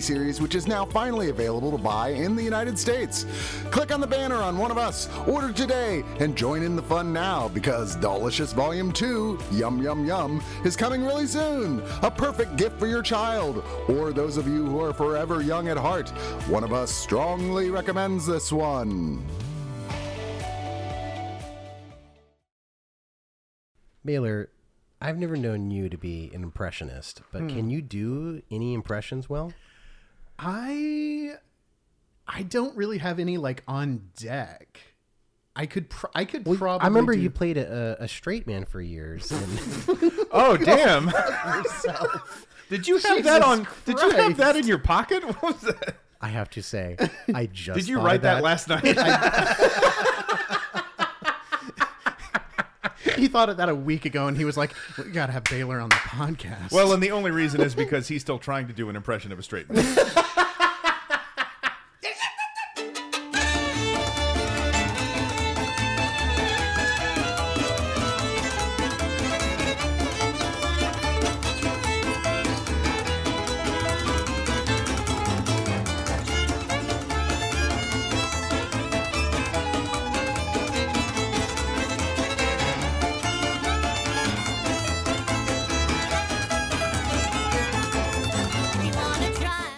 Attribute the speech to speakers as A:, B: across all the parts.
A: series which is now finally available to buy in the United States. Click on the banner on one of us, order today, and join in the fun now because Delicious Volume 2, Yum Yum Yum, is coming really soon. A perfect gift for your child or those of you who are forever young at heart. One of us strongly recommends this one.
B: Baylor, I've never known you to be an impressionist, but
C: Hmm.
B: can you do any impressions well?
D: I I don't really have any like on deck. I could pr- I could probably
B: I remember
D: do-
B: you played a, a, a straight man for years. And
C: Oh damn! did you have
D: Jesus
C: that on? Did you have
D: Christ.
C: that in your pocket? What was that?
B: I have to say, I just
C: Did you
B: thought of
C: write
B: that
C: that, last night?
D: he thought of that a week ago and he was like, We gotta have Baylor on the podcast.
C: well, and the only reason is because he's still trying to do an impression of a straight man.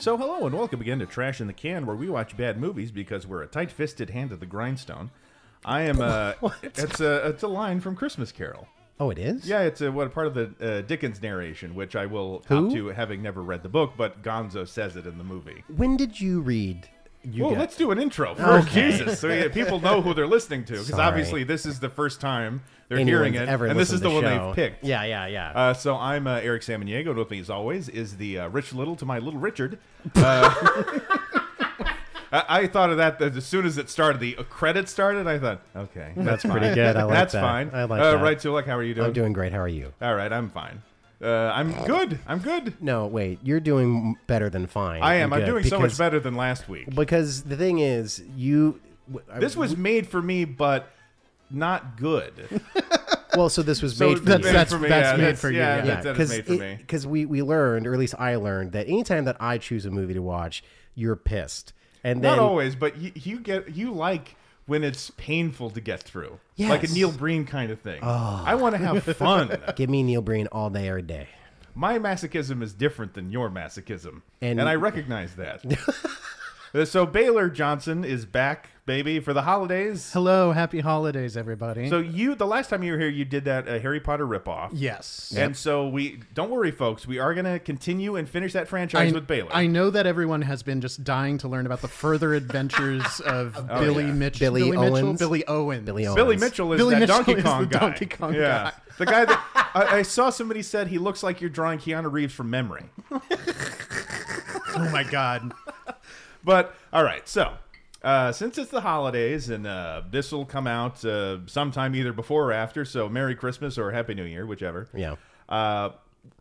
C: So, hello and welcome again to Trash in the Can, where we watch bad movies because we're a tight-fisted hand at the grindstone. I am. Uh, It's a it's a line from Christmas Carol.
B: Oh, it is.
C: Yeah, it's a what part of the uh, Dickens narration, which I will
B: Who?
C: opt to having never read the book, but Gonzo says it in the movie.
B: When did you read? You
C: well,
B: got-
C: let's do an intro for
B: Okay.
C: Jesus, so yeah, people know who they're listening to, because
B: Sorry.
C: obviously this is the first time they're
B: anyone's
C: hearing it,
B: ever
C: and this is
B: listened
C: the,
B: to
C: one
B: show.
C: they've picked.
B: Yeah, yeah, yeah.
C: Uh, so I'm uh, Eric Samaniego, and with me as always is the uh, Rich Little to my Little Richard. Uh, I-, I thought of that as soon as it started. The credit started. I thought, okay, that's,
B: That's
C: fine.
B: pretty good. I like
C: that's
B: that.
C: fine.
B: I like
C: uh,
B: that.
C: Right, Tulek, how are you doing?
B: I'm doing great. How are you?
C: All right, I'm fine. Uh, I'm good. I'm good.
B: No, wait. You're doing better than fine.
C: I am.
B: You're
C: I'm
B: good,
C: doing so
B: because-
C: much better than last week.
B: Because the thing is, you. w- I-
C: This was made for me, but not good.
B: well. So this was
C: So
B: made for
C: that's-
B: you.
C: that's for me,
D: that's
C: yeah,
D: made
C: that's-
D: for you,
C: Yeah,
D: yeah.
C: that's that is made for me.
B: because we we learned, or at least I learned, that anytime that I choose a movie to watch, you're pissed, and then
C: Not always, but you, you get you like when it's painful to get through,
B: Yes.
C: like a Neil Breen kind of thing. I want to have fun.
B: give me Neil Breen all day every day.
C: My masochism is different than your masochism, and,
B: And-
C: I recognize that. Uh, so Baylor Johnson is back, baby, for the holidays.
D: Hello, happy holidays, everybody.
C: So you, the last time you were here, you did that uh, Harry Potter ripoff.
D: yes.
C: And so we don't worry, folks. We are going to continue and finish that franchise
D: I,
C: with Baylor.
D: I know that everyone has been just dying to learn about the further adventures of Billy
C: Oh, yeah.
D: Mitchell.
B: Billy
D: Mitchell.
B: Owens.
D: Billy Owens. Oh
B: Billy Owens.
C: Billy Mitchell is
D: Billy
C: that
D: Mitchell
C: Donkey
D: is
C: Kong
D: the
C: guy.
D: Donkey Kong
C: yeah.
D: guy.
C: the guy that I, I saw somebody said he looks like you're drawing Keanu Reeves from memory.
D: Oh my God.
C: But all right, so uh, since it's the holidays and uh, this will come out uh, sometime either before or after, so Merry Christmas or Happy New Year, whichever.
B: Yeah.
C: Uh,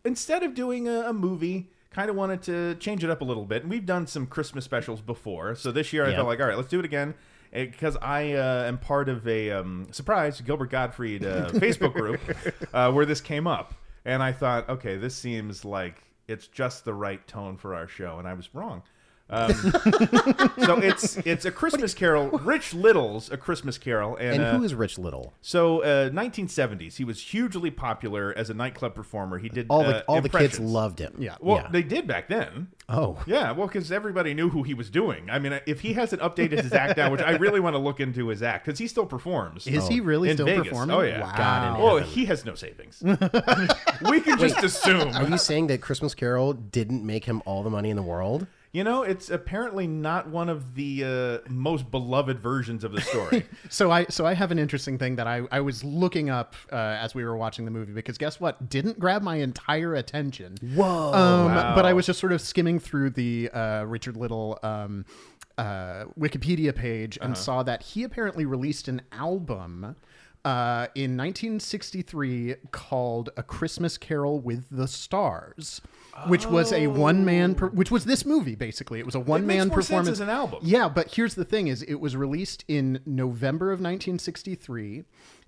C: instead of doing a, a movie. Kind of wanted to change it up a little bit, and we've done some Christmas specials before. So this year, I
B: Yeah.
C: felt like, all right, let's do it again, because I uh, am part of a um, surprise Gilbert Gottfried uh, Facebook group uh, where this came up, and I thought, okay, this seems like it's just the right tone for our show, and I was wrong. Um, so it's it's a Christmas Carol. Rich Little's A Christmas Carol, and,
B: And
C: uh,
B: who is Rich Little?
C: so uh, 1970s. He was hugely popular as a nightclub performer. He did
B: All the
C: uh,
B: all the kids
C: impressions.
B: loved him.
D: Yeah.
C: Well, they did back then.
B: oh,
C: Yeah, well, because everybody knew who he was doing. I mean, if he hasn't updated his act now, which I really want to look into his act because he still performs.
D: Is he really
C: in
D: still
C: Vegas.
D: performing?
C: Oh yeah,
D: Wow.
B: God, in
C: Well, he has no savings. we can just assume.
B: are you saying that Christmas Carol didn't make him all the money in the world?
C: You know, it's apparently not one of the uh, most beloved versions of the story.
D: So I so I have an interesting thing that I, I was looking up uh, as we were watching the movie because guess what didn't grab my entire attention.
B: Whoa.
D: Um, But I was just sort of skimming through the uh, Richard Little um, uh, Wikipedia page and saw that he apparently released an album. Uh, in 1963, called "A Christmas Carol with the Stars," which was a one-man, per- which was this movie basically. It was a one-man
C: Oh. more sense
D: performance
C: as an album.
D: Yeah, but here's the thing: is it was released in November of 1963,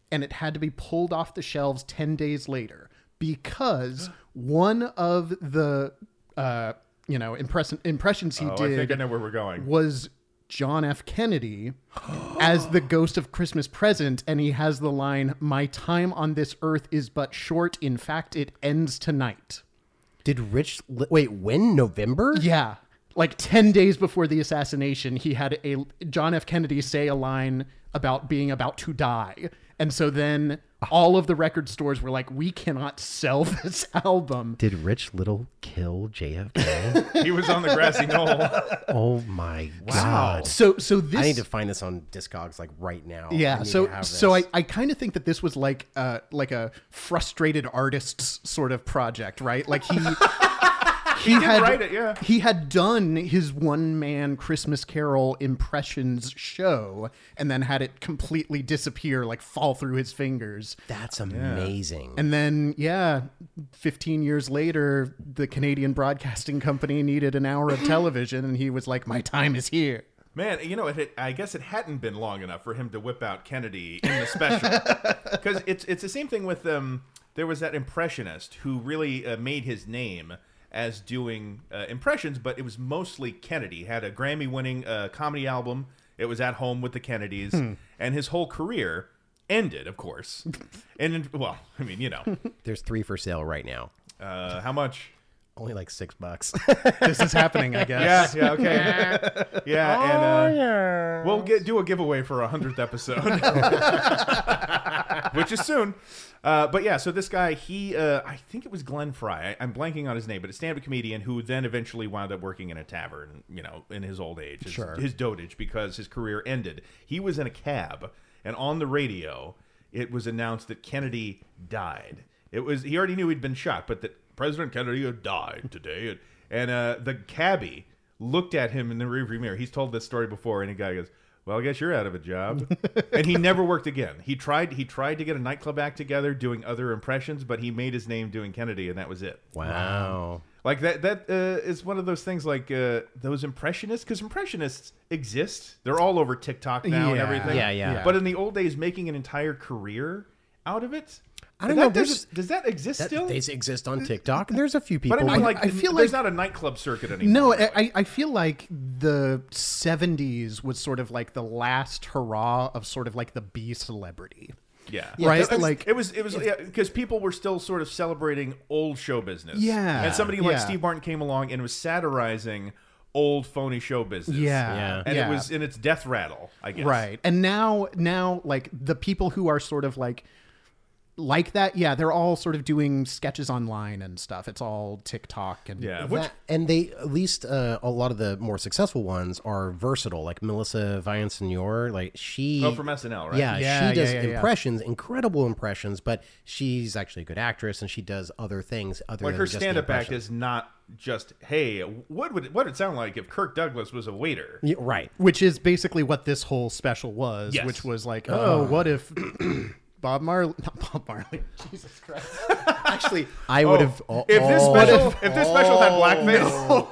D: and it had to be pulled off the shelves ten days later because one of the uh, you know impress- impressions he
C: oh, I
D: did
C: think I know where we're going.
D: was John F. Kennedy as the ghost of Christmas present, and he has the line, "My time on this earth is but short. In fact, it ends tonight."
B: Did Rich Li- wait when November?
D: Yeah. Like 10 days before the assassination, he had a John F. Kennedy say a line about being about to die. And so then all of the record stores were like, we cannot sell this album.
B: Did Rich Little kill JFK?
C: He was on the grassy knoll.
B: oh my god!
D: So, so this.
B: I need to find this on Discogs like right now. I
D: yeah,
B: need
D: so
B: to have
D: so I,
B: this.
D: I kind of think that this was like uh like a frustrated artist's sort of project, right? Like he he, had
C: write it, yeah.
D: he had done his one man Christmas Carol impressions show and then had it completely disappear, like fall through his fingers.
B: that's amazing.
D: And then, yeah, 15 years later, the Canadian Broadcasting Company needed an hour of television, and he was like, My time is here.
C: Man, you know, it, it, I guess it hadn't been long enough for him to whip out Kennedy in the special, because it's it's the same thing with um. There was that impressionist who really uh, made his name as doing uh, impressions, but it was mostly Kennedy. Had a Grammy-winning uh, comedy album. It was at home with the Kennedys, and his whole career ended, of course. and well, I mean, you know,
B: There's three for sale right now.
C: uh, how much?
B: Only like six bucks.
D: This is happening, I guess.
C: Yeah, yeah, okay, yeah, and uh, we'll get do a giveaway for a hundredth episode, which is soon. Uh, but yeah, so this guy, he, uh, I think it was Glenn Fry. I, I'm blanking on his name, but a stand-up comedian who then eventually wound up working in a tavern, you know, in his old age, his,
B: Sure.
C: his dotage, because his career ended. He was in a cab, and on the radio, it was announced that Kennedy died. It was he already knew he'd been shot, but that President Kennedy had died today, and, and uh, the cabbie looked at him in the rearview mirror. He's told this story before, and a guy goes, "Well, I guess you're out of a job." and he never worked again. He tried. He tried to get a nightclub act together, doing other impressions, but he made his name doing Kennedy, and that was it.
B: wow.
C: Like that. That uh, is one of those things. Like uh, those impressionists, because impressionists exist. They're all over TikTok now and
D: Yeah.
C: everything.
B: Yeah, yeah.
C: But in the old days, making an entire career out of it.
B: I don't
C: that
B: know,
C: Does,
B: there's-
C: does that exist
B: That,
C: still?
B: they exist on TikTok. There's a few people.
C: but I mean,
B: who-
C: like,
D: I feel
C: there's
D: like-
C: not a nightclub circuit anymore.
D: No,
C: really.
D: I, I- I feel like the 70s was sort of like the last hurrah of sort of like the B celebrity.
C: Yeah.
D: Right,
C: It was-
D: like-
C: it was it was because people were still sort of celebrating old show business.
D: Yeah,
C: And somebody like
D: yeah.
C: Steve Martin came along and was satirizing old phony show business.
B: Yeah.
C: And
D: yeah.
C: it was in its death rattle, I guess.
D: Right. And now now like the people who are sort of like like that, yeah, they're all sort of doing sketches online and stuff. It's all TikTok and
C: Yeah. Which
B: That- and they at least uh, a lot of the more successful ones are versatile. Like Melissa Villasenor, like she
C: oh, from SNL, right?
B: Yeah,
D: Yeah,
B: she does
D: yeah, yeah, yeah.
B: impressions, incredible impressions, but she's actually a good actress and she does other things other
C: Like
B: than
C: her
B: just the
C: stand up act
B: impressions.
C: is not just, hey, what would what would it sound like if Kirk Douglas was a waiter?
B: Yeah, right.
C: Oh
D: which is basically what this whole special was,
C: Yes.
D: which was like, oh, what if Bob Marley not Bob Marley. Jesus Christ. Actually,
B: I would have oh,
C: If this
B: oh,
C: special if, this special had blackface
B: yes,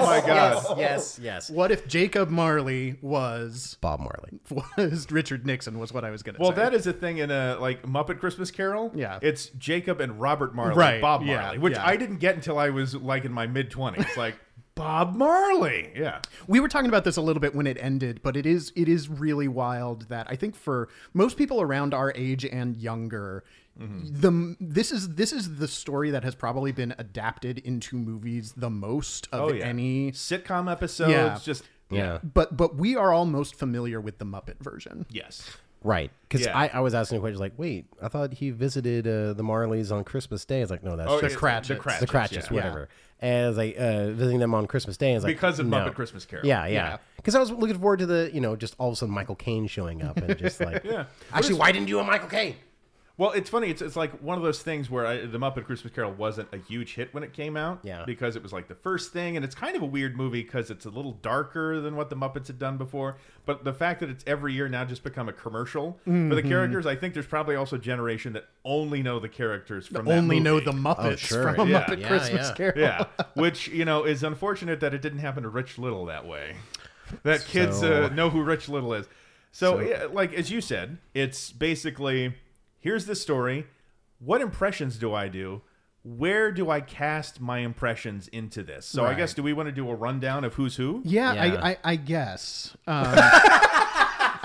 C: Oh my God.
B: Yes, yes, yes.
D: what if Jacob Marley was
B: Bob Marley.
D: was Richard Nixon was what I was going to
C: Well,
D: say.
C: that is a thing in a like Muppet Christmas Carol.
D: Yeah.
C: it's Jacob and Robert Marley,
D: Right,
C: Bob
D: yeah,
C: Marley, which
D: yeah.
C: I didn't get until I was like in my mid twenties. Like, Bob Marley. Yeah.
D: We were talking about this a little bit when it ended, but it is it is really wild that I think for most people around our age and younger,
C: Mm-hmm.
D: the this is this is the story that has probably been adapted into movies the most of
C: Oh yeah.
D: any.
C: sitcom episodes?
D: Yeah.
C: Just
B: Yeah.
D: But but we are all most familiar with the Muppet version.
C: yes.
B: Right. Because
C: Yeah.
B: I, I was asking a question like, wait, I thought he visited uh, the Marleys on Christmas Day. It's like, no, that's
C: Oh, yeah,
B: just
C: The
D: Cratchits.
C: Cratchits.
B: the Cratchits,
C: yeah.
B: whatever. And I was like, uh, visiting them on Christmas Day. I was like,
C: Because of
B: no.
C: Muppet Christmas Carol.
B: Yeah, yeah. Because I was looking forward to the, you know, just all of a sudden Michael Caine showing up and just like,
C: Yeah.
B: actually, why didn't you do a Michael Caine?
C: Well, it's funny. It's, it's like one of those things where I, the Muppet Christmas Carol wasn't a huge hit when it came out.
B: Yeah.
C: Because it was like the first thing, and it's kind of a weird movie because it's a little darker than what the Muppets had done before. But the fact that it's every year now just become a commercial for
D: Mm-hmm.
C: the characters, I think there's probably also a generation that only know the characters from that
D: Only know
C: movie. Oh,
D: the Muppets
B: sure.
D: from a
C: Yeah.
D: Muppet
B: Yeah,
D: Christmas
B: yeah.
D: Carol.
C: yeah, which you know is unfortunate that it didn't happen to Rich Little that way. That kids uh,
B: So-
C: know who Rich Little is. So, yeah, like as you said, it's basically here's the story. What impressions do I do? Where do I cast my impressions into this? So I guess do we want to do a rundown of who's who?
D: Yeah,
B: Yeah.
D: I, I, I guess.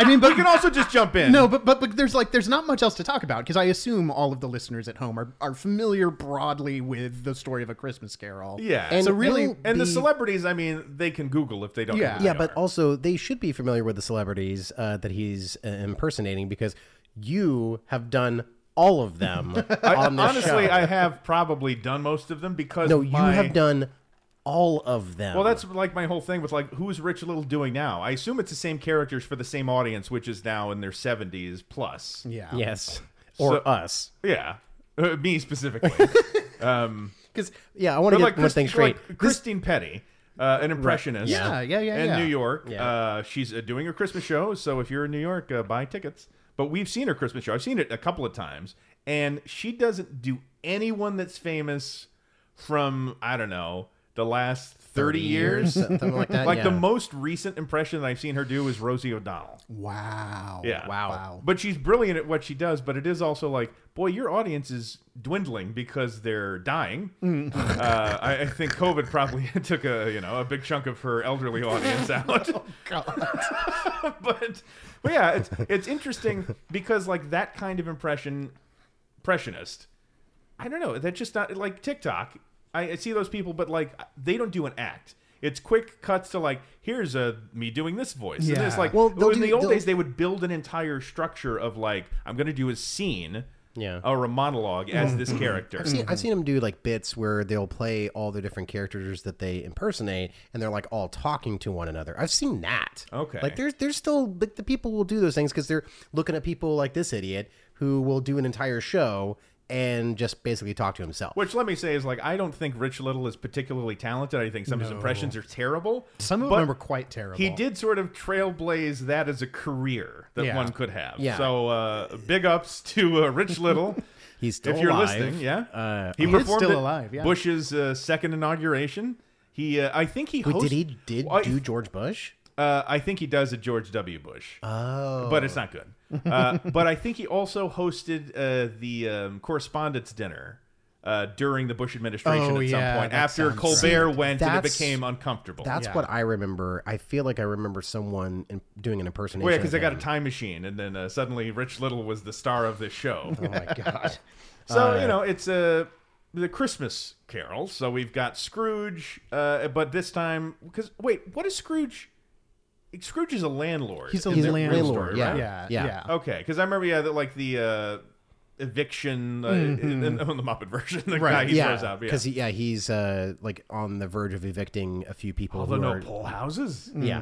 D: Um, I mean, but
C: You can also just jump in.
D: no, but, but but there's like there's not much else to talk about because I assume all of the listeners at home are, are familiar broadly with the story of a Christmas Carol.
C: yeah.
B: And
C: so really,
B: it'll
C: and the
B: be-
C: celebrities, I mean, they can Google if they don't. know
D: Yeah.
C: who
B: Yeah,
C: they
B: but
C: are.
B: also they should be familiar with the celebrities uh, that he's uh, impersonating because you have done all of them on this
C: honestly,
B: show.
C: I have probably done most of them because
B: no, you
C: my-
B: have done all of them.
C: Well, that's like my whole thing with like who's Rich Little doing now? I assume it's the same characters for the same audience, which is now in their seventies plus.
D: Yeah.
B: yes, or
C: So-
B: us.
C: Yeah, Uh, me specifically.
B: Because yeah, I want to get
C: like
B: one thing
C: Christi-
B: straight.
C: like Christine Petty, uh, an impressionist.
D: Yeah, yeah, yeah,
C: In
D: yeah.
C: New York,
B: Yeah.
C: uh, she's uh, doing her Christmas show. So if you're in New York, uh, buy tickets. But we've seen her Christmas show. I've seen it a couple of times, and she doesn't do anyone that's famous from I don't know the last thirty, years.
B: something like that.
C: Like the
B: Uh, yeah.
C: most recent impression that I've seen her do is Rosie O'Donnell.
D: Wow.
C: Yeah.
B: Wow.
D: Wow.
C: But she's brilliant at what she does, but it is also like, boy, your audience is dwindling because they're dying.
B: Mm.
C: Uh, I, I think COVID probably took a you know a big chunk of her elderly audience out. but, but yeah, it's it's interesting because like that kind of impression impressionist. I don't know. That's just not like TikTok. I, I see those people, but like they don't do an act. It's quick cuts to like here's a me doing this voice. And it's
D: Yeah.
C: like
B: Well,
C: well,
B: they'll
C: in
B: do-
C: the old
B: they'll-
C: days they would build an entire structure of like I'm going to do a scene
B: Yeah. Mm-hmm.
C: or a monologue as this character.
B: I've seen, I've seen them do like bits where they'll play all the different characters that they impersonate, and they're like all talking to one another. I've seen that.
C: Okay.
B: Like there's there's still like the people will do those things because they're looking at people like this idiot who will do an entire show and just basically talk to himself.
C: Which let me say is like I don't think Rich Little is particularly talented. I think some of his impressions are terrible.
D: Some of
C: but
D: them were quite terrible.
C: He did sort of trailblaze that as a career that
D: Yeah.
C: one could have.
B: Yeah.
C: So uh, big ups to uh, Rich Little.
B: He's still
C: if you're
B: alive.
C: listening, yeah.
B: Uh,
C: he
D: is
C: performed
D: still
C: at
D: alive, yeah.
C: Bush's uh, second inauguration. He, uh, I think he.
B: Wait,
C: host-
B: did he did
C: Well, I-
B: do George Bush?
C: Uh, I think he does a George W. Bush. Oh, but it's not good. Uh, but I think he also hosted uh, the um, correspondence dinner. Uh, during the Bush administration,
D: Oh,
C: at some
D: yeah,
C: point,
D: that
C: after
D: sounds
C: Colbert went and it
B: That's-
C: became uncomfortable.
B: That's
D: Yeah.
B: what I remember. I feel like I remember someone in, doing an impersonation.
C: Well, yeah,
B: of
C: because they got a
B: him.
C: time machine, and then uh, suddenly Rich Little was the star of this show.
B: Oh my god.
C: So you know, it's uh, the Christmas Carol. So we've got Scrooge, uh, but this time because wait, what is Scrooge? Scrooge is a landlord.
D: He's a
C: in the
D: landlord,
C: real story,
B: yeah.
C: right?
D: Yeah.
B: Yeah.
D: Yeah.
C: Okay, because I remember yeah, that like the uh, eviction uh, in, in- on the Muppet version, the guy he throws
B: Mm-hmm. yeah,
C: out. Yeah.
B: because yeah. he's uh, like on the verge of evicting a few people.
C: Although
B: who
C: no Mm-hmm.
B: are-
C: poll houses,
B: yeah,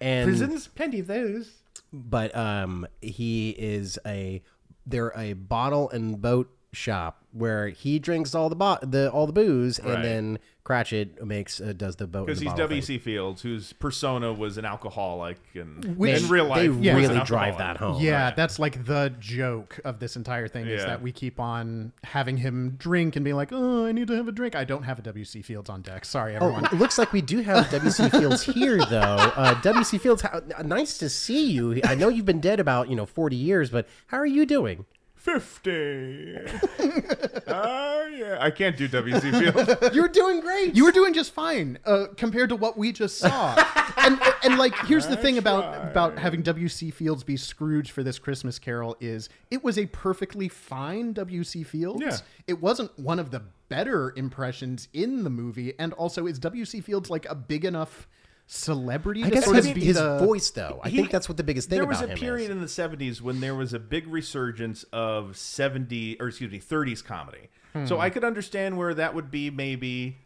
B: and
C: prisons, plenty of those.
B: but um, he is a they're a bottle and boat shop where he drinks all the bo- the all the booze
C: Right.
B: and then Cratchit makes uh, does the boat
C: Because
B: and the
C: he's
B: bottle thing.
C: W.C. Fields, whose persona was an alcoholic, and
D: Which
C: in real life,
B: They
C: was an
B: really drive
C: alcoholic.
B: that home.
D: Yeah, that's like the joke of this entire thing is
C: Yeah.
D: that we keep on having him drink and being like, "Oh, I need to have a drink." I don't have a WC Fields on deck. Sorry, everyone.
B: It looks like we do have WC Fields here, though. Uh, WC Fields, how, nice to see you. I know you've been dead about you know forty years, but how are you doing?
C: 50. Ah, yeah. I can't do W.C. Fields.
B: You're doing great.
D: You were doing just fine uh, compared to what we just saw. and and like here's the thing about about having W.C. Fields be Scrooge for this Christmas Carol is it was a perfectly fine W.C. Fields.
C: Yeah.
D: It wasn't one of the better impressions in the movie, and also is W.C. Fields like a big enough celebrity
B: I
D: to
B: guess
D: sort
B: his,
D: of be
B: his
D: the
B: voice, though. I
C: He-
B: think that's what the biggest thing
C: there
B: about
C: was a
B: him
C: period
B: is.
C: in the 70s when there was a big resurgence of 70 or excuse me 30s comedy so
B: Hmm.
C: i could understand where that would be maybe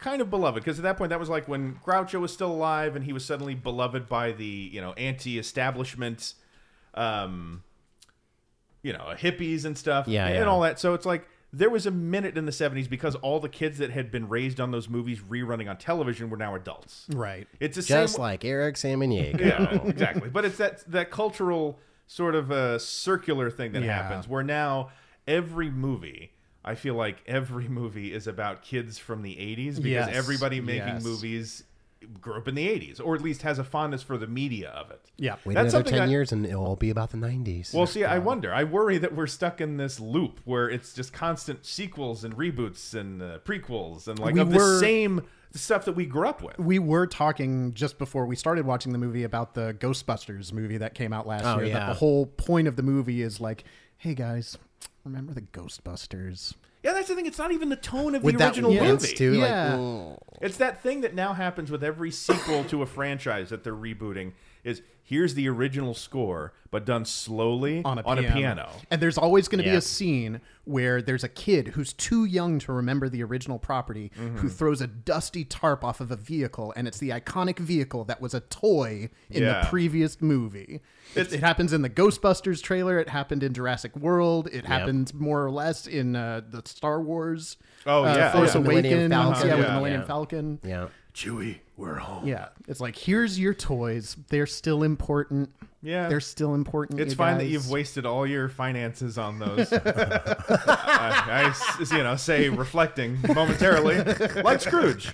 C: kind of beloved because at that point that was like when groucho was still alive and he was suddenly beloved by the you know anti-establishment um you know hippies and stuff
B: Yeah,
C: and
B: yeah.
C: all that so it's like there was a minute in the 70s because all the kids that had been raised on those movies rerunning on television were now adults
D: right.
C: it's the same
B: Just like Eric Samaniego.
C: yeah, exactly. But it's that that cultural sort of uh, circular thing that
D: Yeah.
C: happens where now every movie, I feel like every movie is about kids from the '80s because
D: Yes,
C: everybody making
D: yes.
C: movies grew up in the '80s or at least has a fondness for the media of it.
D: Yeah.
B: Wait
C: That's
B: another
C: something
B: 10
C: I-
B: years and it'll all be about the 90s.
C: Well, see, I wonder. I worry that we're stuck in this loop where it's just constant sequels and reboots and uh, prequels and like
D: We
C: of
D: were-
C: the same stuff that we grew up with.
D: we were talking just before we started watching the movie about the Ghostbusters movie that came out last
B: Oh,
D: year. That
B: yeah.
D: the whole point of the movie is like, hey guys, remember the Ghostbusters?
C: Yeah, that's the thing. It's not even the tone of
B: With
C: the
B: that
C: original
B: wince,
C: movie.
B: too. Like,
D: Yeah.
B: mm.
C: It's that thing that now happens with every sequel to a franchise that they're rebooting is here's the original score but done slowly
D: on a piano. And there's always going to be
B: Yeah.
D: a scene where there's a kid who's too young to remember the original property
C: Mm-hmm.
D: who throws a dusty tarp off of a vehicle, and it's the iconic vehicle that was a toy in
C: Yeah.
D: the previous movie. It,
C: It's-
D: it happens in the Ghostbusters trailer. It happened in Jurassic World. It happens more or less in uh, the Star Wars.
C: Oh,
D: uh,
C: yeah,
D: Force
C: yeah.
D: Awakens.
B: Millennium Falcon.
D: Yeah, with the
C: Yeah.
D: Millennium
B: Yeah.
D: Falcon.
B: Yeah.
C: Chewy, we're home.
D: Yeah, it's like here's your toys. They're still important.
C: Yeah.
D: they're still important.
C: It's
D: you
C: fine that
D: guys.
C: you've wasted all your finances on those. I, I s- you know, say reflecting momentarily, like Scrooge.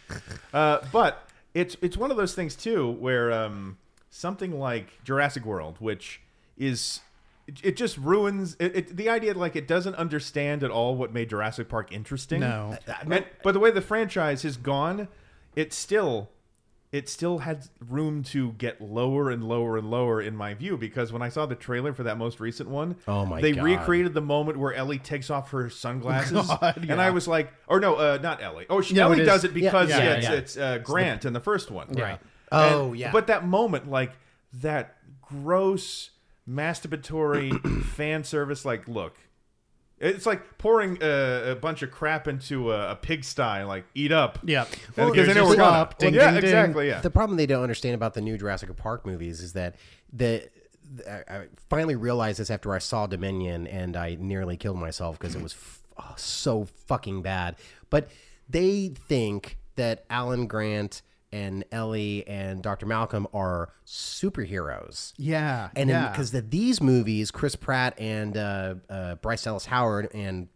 C: Uh, but it's it's one of those things too, where um, something like Jurassic World, which is it, it just ruins it, it, the idea. Like it doesn't understand at all what made Jurassic Park interesting. Uh,
D: No.
C: and, but the way the franchise has gone, it still it still had room to get lower and lower and lower in my view because when I saw the trailer for that most recent one,
B: Oh my
C: they
B: God.
C: recreated the moment where Ellie takes off her sunglasses, and I was like, or no, uh, not Ellie. Oh, she,
D: No,
C: Ellie
D: it is-
C: does it because
B: yeah,
C: yeah,
B: yeah,
C: it's,
B: yeah.
C: it's uh, Grant in the first one, right?
B: Oh,
C: And-
B: yeah.
C: But that moment, like that gross masturbatory fan service, like look. It's like pouring a, a bunch of crap into a, a pigsty, like eat up.
D: Yeah.
C: And
D: Well,
C: because
D: there's
C: they know
D: your
C: we're gonna.
D: slop, ding,
C: yeah,
D: ding, ding.
C: exactly. Yeah.
B: The problem they don't understand about the new Jurassic Park movies is that the. the- I I finally realized this after I saw Dominion and I nearly killed myself because it was f- oh, so fucking bad. But they think that Alan Grant and Ellie and Dr. Malcolm are superheroes.
D: Yeah,
B: and
D: yeah.
B: because that these movies, Chris Pratt and uh, uh, Bryce Dallas Howard and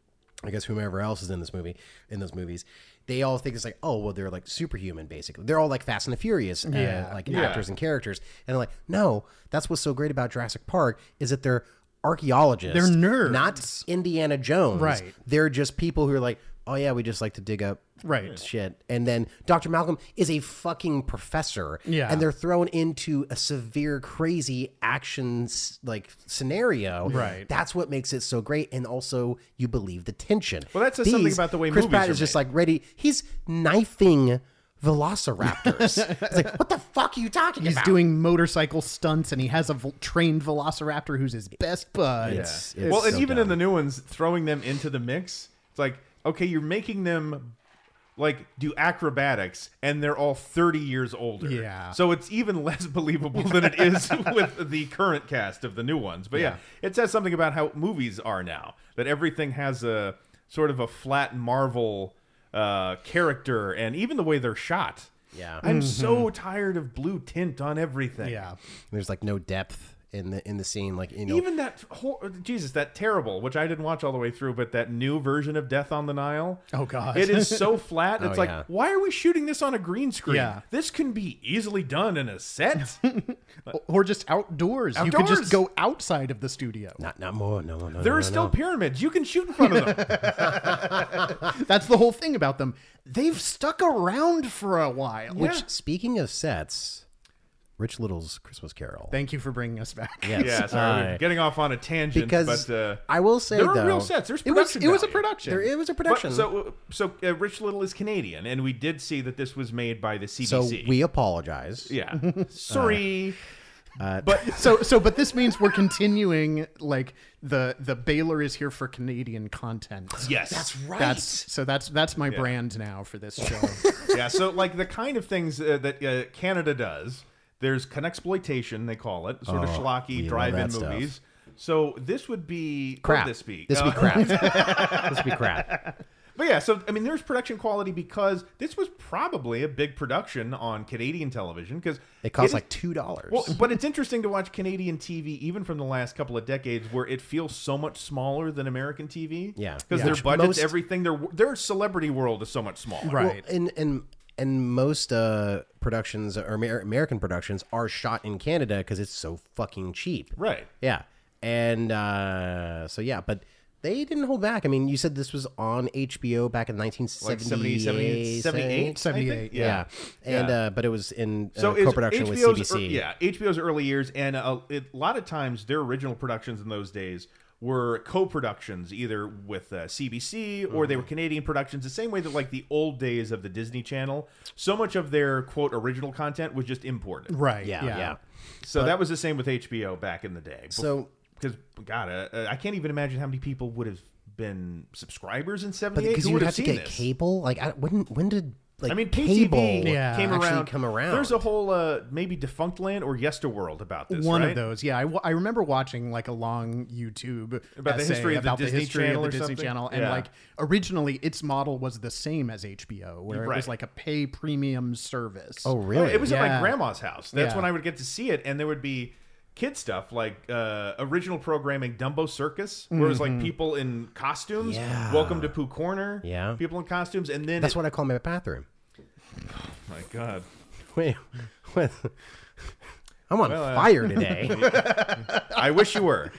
B: I guess whomever else is in this movie, in those movies, they all think it's like, oh, well, they're like superhuman, basically. They're all like Fast and the Furious, uh, like actors and characters, and they're like, no, that's what's so great about Jurassic Park is that they're archaeologists,
D: They're nerds.
B: not Indiana Jones,
D: Right.
B: They're just people who are like, oh yeah, we just like to dig up.
D: Right.
B: Shit. And then Dr. Malcolm is a fucking professor.
D: Yeah.
B: And they're thrown into a severe, crazy action s- like scenario.
D: Right.
B: That's what makes it so great, and also you believe the tension.
C: Well, that says something about the way
B: Chris
C: movies
B: Pratt
C: are
B: is just
C: made.
B: like ready. He's knifing velociraptors. it's like, what the fuck are you talking
D: He's
B: about?
D: doing motorcycle stunts, and he has a vel- trained Velociraptor who's his best bud.
B: It's-
C: Yeah.
B: it's
C: well, and
B: so
C: even
B: dumb.
C: in the new ones, throwing them into the mix, it's like, okay, you're making them like do acrobatics and they're all 30 years older.
D: Yeah.
C: So it's even less believable than it is with the current cast of the new ones. But yeah. it says something about how movies are now that everything has a sort of a flat Marvel uh, character and even the way they're shot.
B: Yeah. Mm-hmm.
C: I'm so tired of blue tint on everything.
D: Yeah.
B: There's like no depth in the in the scene. Like you know,
C: Even that whole, Jesus, that terrible, which I didn't watch all the way through, but that new version of Death on the Nile.
D: Oh, God.
C: it is so flat. It's like,
B: Oh, yeah.
C: why are we shooting this on a green screen?
D: Yeah.
C: This can be easily done in a set.
D: or just outdoors. You could
C: Outdoors!
D: just go outside of the studio.
B: not not more. No, no, no.
C: there
B: no,
C: are still
B: no.
C: pyramids. You can shoot in front of them.
D: That's the whole thing about them. They've stuck around for a while.
B: Which,
C: Yeah.
B: speaking of sets, Rich Little's Christmas Carol.
D: Thank you for bringing us back.
B: Yes.
C: yeah, sorry, we're
B: Uh,
C: getting off on a tangent.
B: because
C: but uh,
B: I will say
C: there
B: though,
C: are real sets. There's
D: It was,
C: production
D: it was a
C: value.
D: production.
B: There, it was a
C: But,
B: production.
C: so, so uh, Rich Little is Canadian, and we did see that this was made by the CBC.
B: So we apologize.
C: yeah, sorry, but
D: so so but this means we're continuing like the the Baylor is here for Canadian content.
C: yes,
B: right.
D: That's so that's that's my brand now for this show.
C: yeah, so like the kind of things uh, that uh, Canada does, there's exploitation they call it, sort of schlocky
B: love
C: drive-in
B: Oh, that stuff.
C: movies. So this would be what
B: crap.
C: would This be
B: This would
C: Uh,
B: be crap. this would be crap.
C: But yeah, so I mean, there's production quality because this was probably a big production on Canadian television because
B: It costs like two dollars.
C: Well, but it's interesting to watch Canadian TV, even from the last couple of decades, where it feels so much smaller than American TV.
B: Yeah.
C: because
B: Yeah.
C: their
B: Which
C: budgets,
B: most-
C: everything, their their celebrity world is so much smaller.
D: Right.
B: and and and most uh, productions or Amer- American productions are shot in Canada because it's so fucking cheap.
C: Right.
B: Yeah. And uh, so yeah, but they didn't hold back. I mean, you said this was on HBO back in 1978.
C: 70, 78,
D: 78,
C: yeah.
B: Yeah. And
C: Yeah.
B: Uh, but it was in uh,
C: So it's
B: co-production with
C: HBO's
B: CBC.
C: ear- yeah, HBO's early years, and a, it, a lot of times their original productions in those days were co-productions either with uh, CBC or
B: Mm-hmm.
C: they were Canadian productions. The same way that like the old days of the Disney Channel, so much of their quote original content was just imported.
D: right.
B: Yeah, yeah.
C: So that was the same with HBO back in the day.
B: So-
C: because God, uh, uh, I can't even imagine how many people would have been subscribers in
B: But
C: '78
B: because
C: who
B: you
C: would
B: would
C: have
B: have to
C: seen
B: get
C: this.
B: cable, like I, when when did like
C: I mean, pay TV
B: cable
D: yeah,
C: came
B: actually
C: around.
B: come around?
C: There's a whole uh, maybe defunct land or Yesterworld about this.
D: One
C: right?
D: of those, yeah. I, w- I remember watching like a long YouTube
C: About the
D: essay
C: history of the
D: about the
C: Disney
D: history
C: Channel
D: of
C: or
D: the Disney
C: something?
D: Channel, and
C: Yeah.
D: like originally its model was the same as HBO, where it
C: Right.
D: was like a pay premium service.
B: oh really?
C: It was at my
D: Yeah.
C: grandma's house. That's
D: Yeah.
C: when I would get to see it, and there would be kid stuff like uh, original programming, Dumbo Circus, where it was like people in costumes.
B: Mm-hmm. Yeah.
C: Welcome to Pooh Corner.
B: Yeah.
C: people in costumes, and then
B: That's what I call my bathroom.
C: my God.
B: Wait, what? I'm on
C: uh,
B: fire today.
C: I wish you were.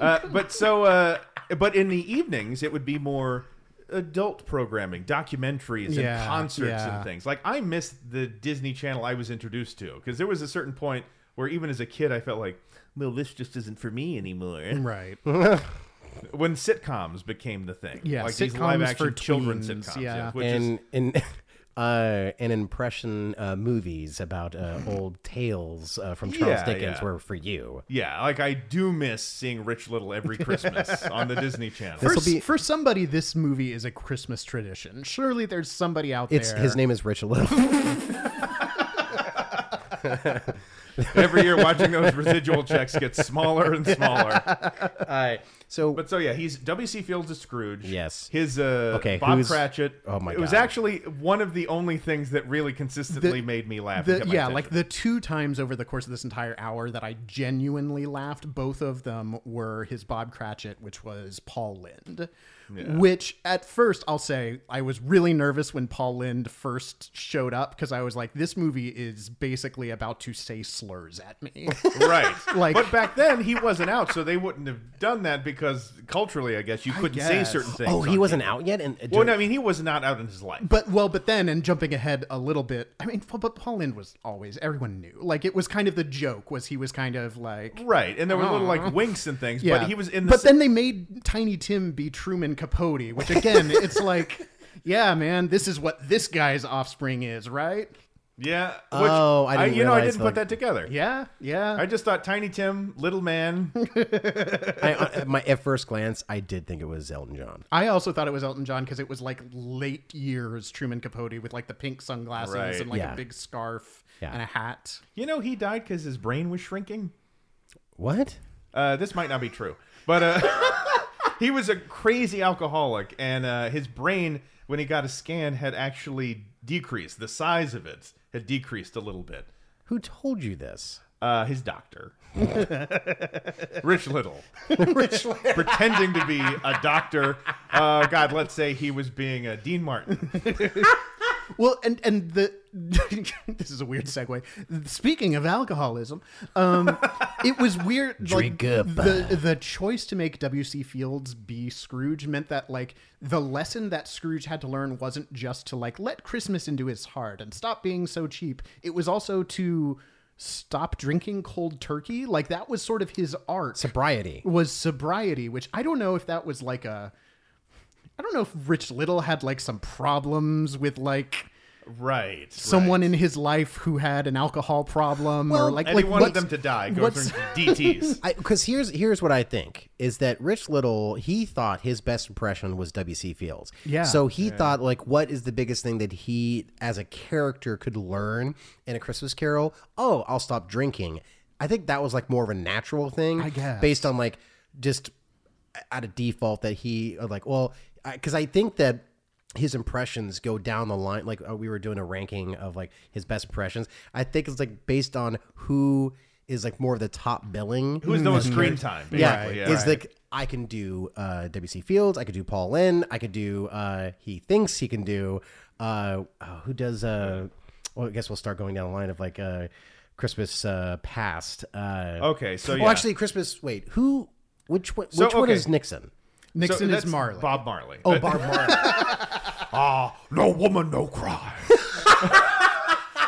C: Uh, but so, uh, but in the evenings, it would be more adult programming, documentaries,
D: Yeah,
C: and concerts
D: yeah.
C: and things. Like I missed the Disney Channel I was introduced to because there was a certain point where even as a kid, I felt like, well, this just isn't for me anymore.
D: right.
C: When sitcoms became the thing,
D: Yeah,
C: like these
D: sitcoms
C: live action
D: for
C: children
D: tweens,
C: sitcoms,
D: yeah.
C: which is
B: and and uh, and impression uh, movies about uh, old tales uh, from Charles
C: Yeah,
B: Dickens
C: yeah.
B: were for you.
C: yeah, like I do miss seeing Rich Little every Christmas on the Disney Channel.
D: For,
B: This'll be-
D: s- for somebody, this movie is a Christmas tradition. Surely there's somebody out
B: It's
D: there.
B: his name is Rich Little.
C: every year, watching those residual checks get smaller and smaller.
B: so
C: But so yeah, he's W.C. Fields is Scrooge.
B: Yes.
C: His uh,
B: Okay,
C: Bob
B: who's-
C: Cratchit.
B: Oh my
C: It was
B: God.
C: actually one of the only things that really consistently made me laugh. and
D: The,
C: kept my
D: yeah,
C: attention.
D: like the two times over the course of this entire hour that I genuinely laughed, both of them were his Bob Cratchit, which was Paul Lind. Which at first I'll say I was really nervous when Paul Lind first showed up because I was like, this movie is basically about to say slurs at me.
C: right.
D: like-
C: but back then he wasn't out, so they wouldn't have done that because culturally, I guess you couldn't say
D: guess.
C: certain things.
B: oh, he
C: on
B: wasn't
C: cable.
B: out yet, and uh,
C: Well, no, I mean he was not out in his life.
D: But well, but then and jumping ahead a little bit, I mean, but Paul Lind was always everyone knew. Like it was kind of the joke was he was kind of like
C: right, and there were little like winks and things.
D: Oh. Yeah,
C: But he was in. The
D: But
C: s-
D: then they made Tiny Tim be Truman Capote, which again, it's like, yeah, man, this is what this guy's offspring is, right?
C: yeah. Which,
B: Oh, I didn't
C: You know, I
B: realize,
C: didn't put
B: like-
C: that together.
D: Yeah, yeah.
C: I just thought Tiny Tim, Little Man.
B: I, I, at my at first glance, I did think it was Elton John.
D: I also thought it was Elton John because it was like late years Truman Capote with like the pink sunglasses
C: Right.
D: and like
B: Yeah.
D: a big scarf
B: Yeah.
D: and a hat.
C: You know, he died because his brain was shrinking.
B: What?
C: Uh, this might not be true, but uh, he was a crazy alcoholic, and uh, his brain, when he got a scan, had actually decreased. The size of it had decreased a little bit.
B: Who told you this?
C: Uh, his doctor, Rich Little, pretending to be a doctor. Uh, God, let's say he was being a Dean Martin.
D: Well, and and the this is a weird segue. Speaking of alcoholism, um, it was weird.
B: Drink
D: like,
B: up.
D: The the choice to make W. C. Fields be Scrooge meant that like the lesson that Scrooge had to learn wasn't just to like let Christmas into his heart and stop being so cheap. It was also to stop drinking cold turkey. Like that was sort of his art
B: Sobriety.
D: was sobriety, which I don't know if that was like a. I don't know if Rich Little had like some problems with like
C: Right.
D: someone
C: right.
D: in his life who had an alcohol problem or like
C: and
D: like
C: he wanted
D: what's-
C: them to die.
D: what's-
C: Goes through DTS.
B: Because here's here's what I think is that Rich Little he thought his best impression was W.C. Fields.
D: Yeah.
B: So he thought like, what is the biggest thing that he as a character could learn in a Christmas Carol? Oh, I'll stop drinking. I think that was like more of a natural thing. I
D: guess.
B: based on like just out of default that he uh, like well because I, think that his impressions go down the line like uh, we were doing a ranking of like his best impressions i think it's like based on who is like more of the top billing
C: Who is no screen time?
B: yeah,
C: Basically.
B: it's like I can do uh, WC Fields, I could do Paul Lynn, I could do uh, he thinks he can do uh, oh, who does uh, well, I guess we'll start going down the line of like uh, Christmas uh, past. Uh,
C: Okay, so
B: well,
C: yeah.
B: actually, Christmas. Wait, who? Which one? Which
C: So,
B: one
C: okay.
B: is Nixon?
C: So
D: Nixon is
C: that's
D: Marley.
C: Bob Marley.
B: Oh, Bob Marley.
C: No woman, no cry.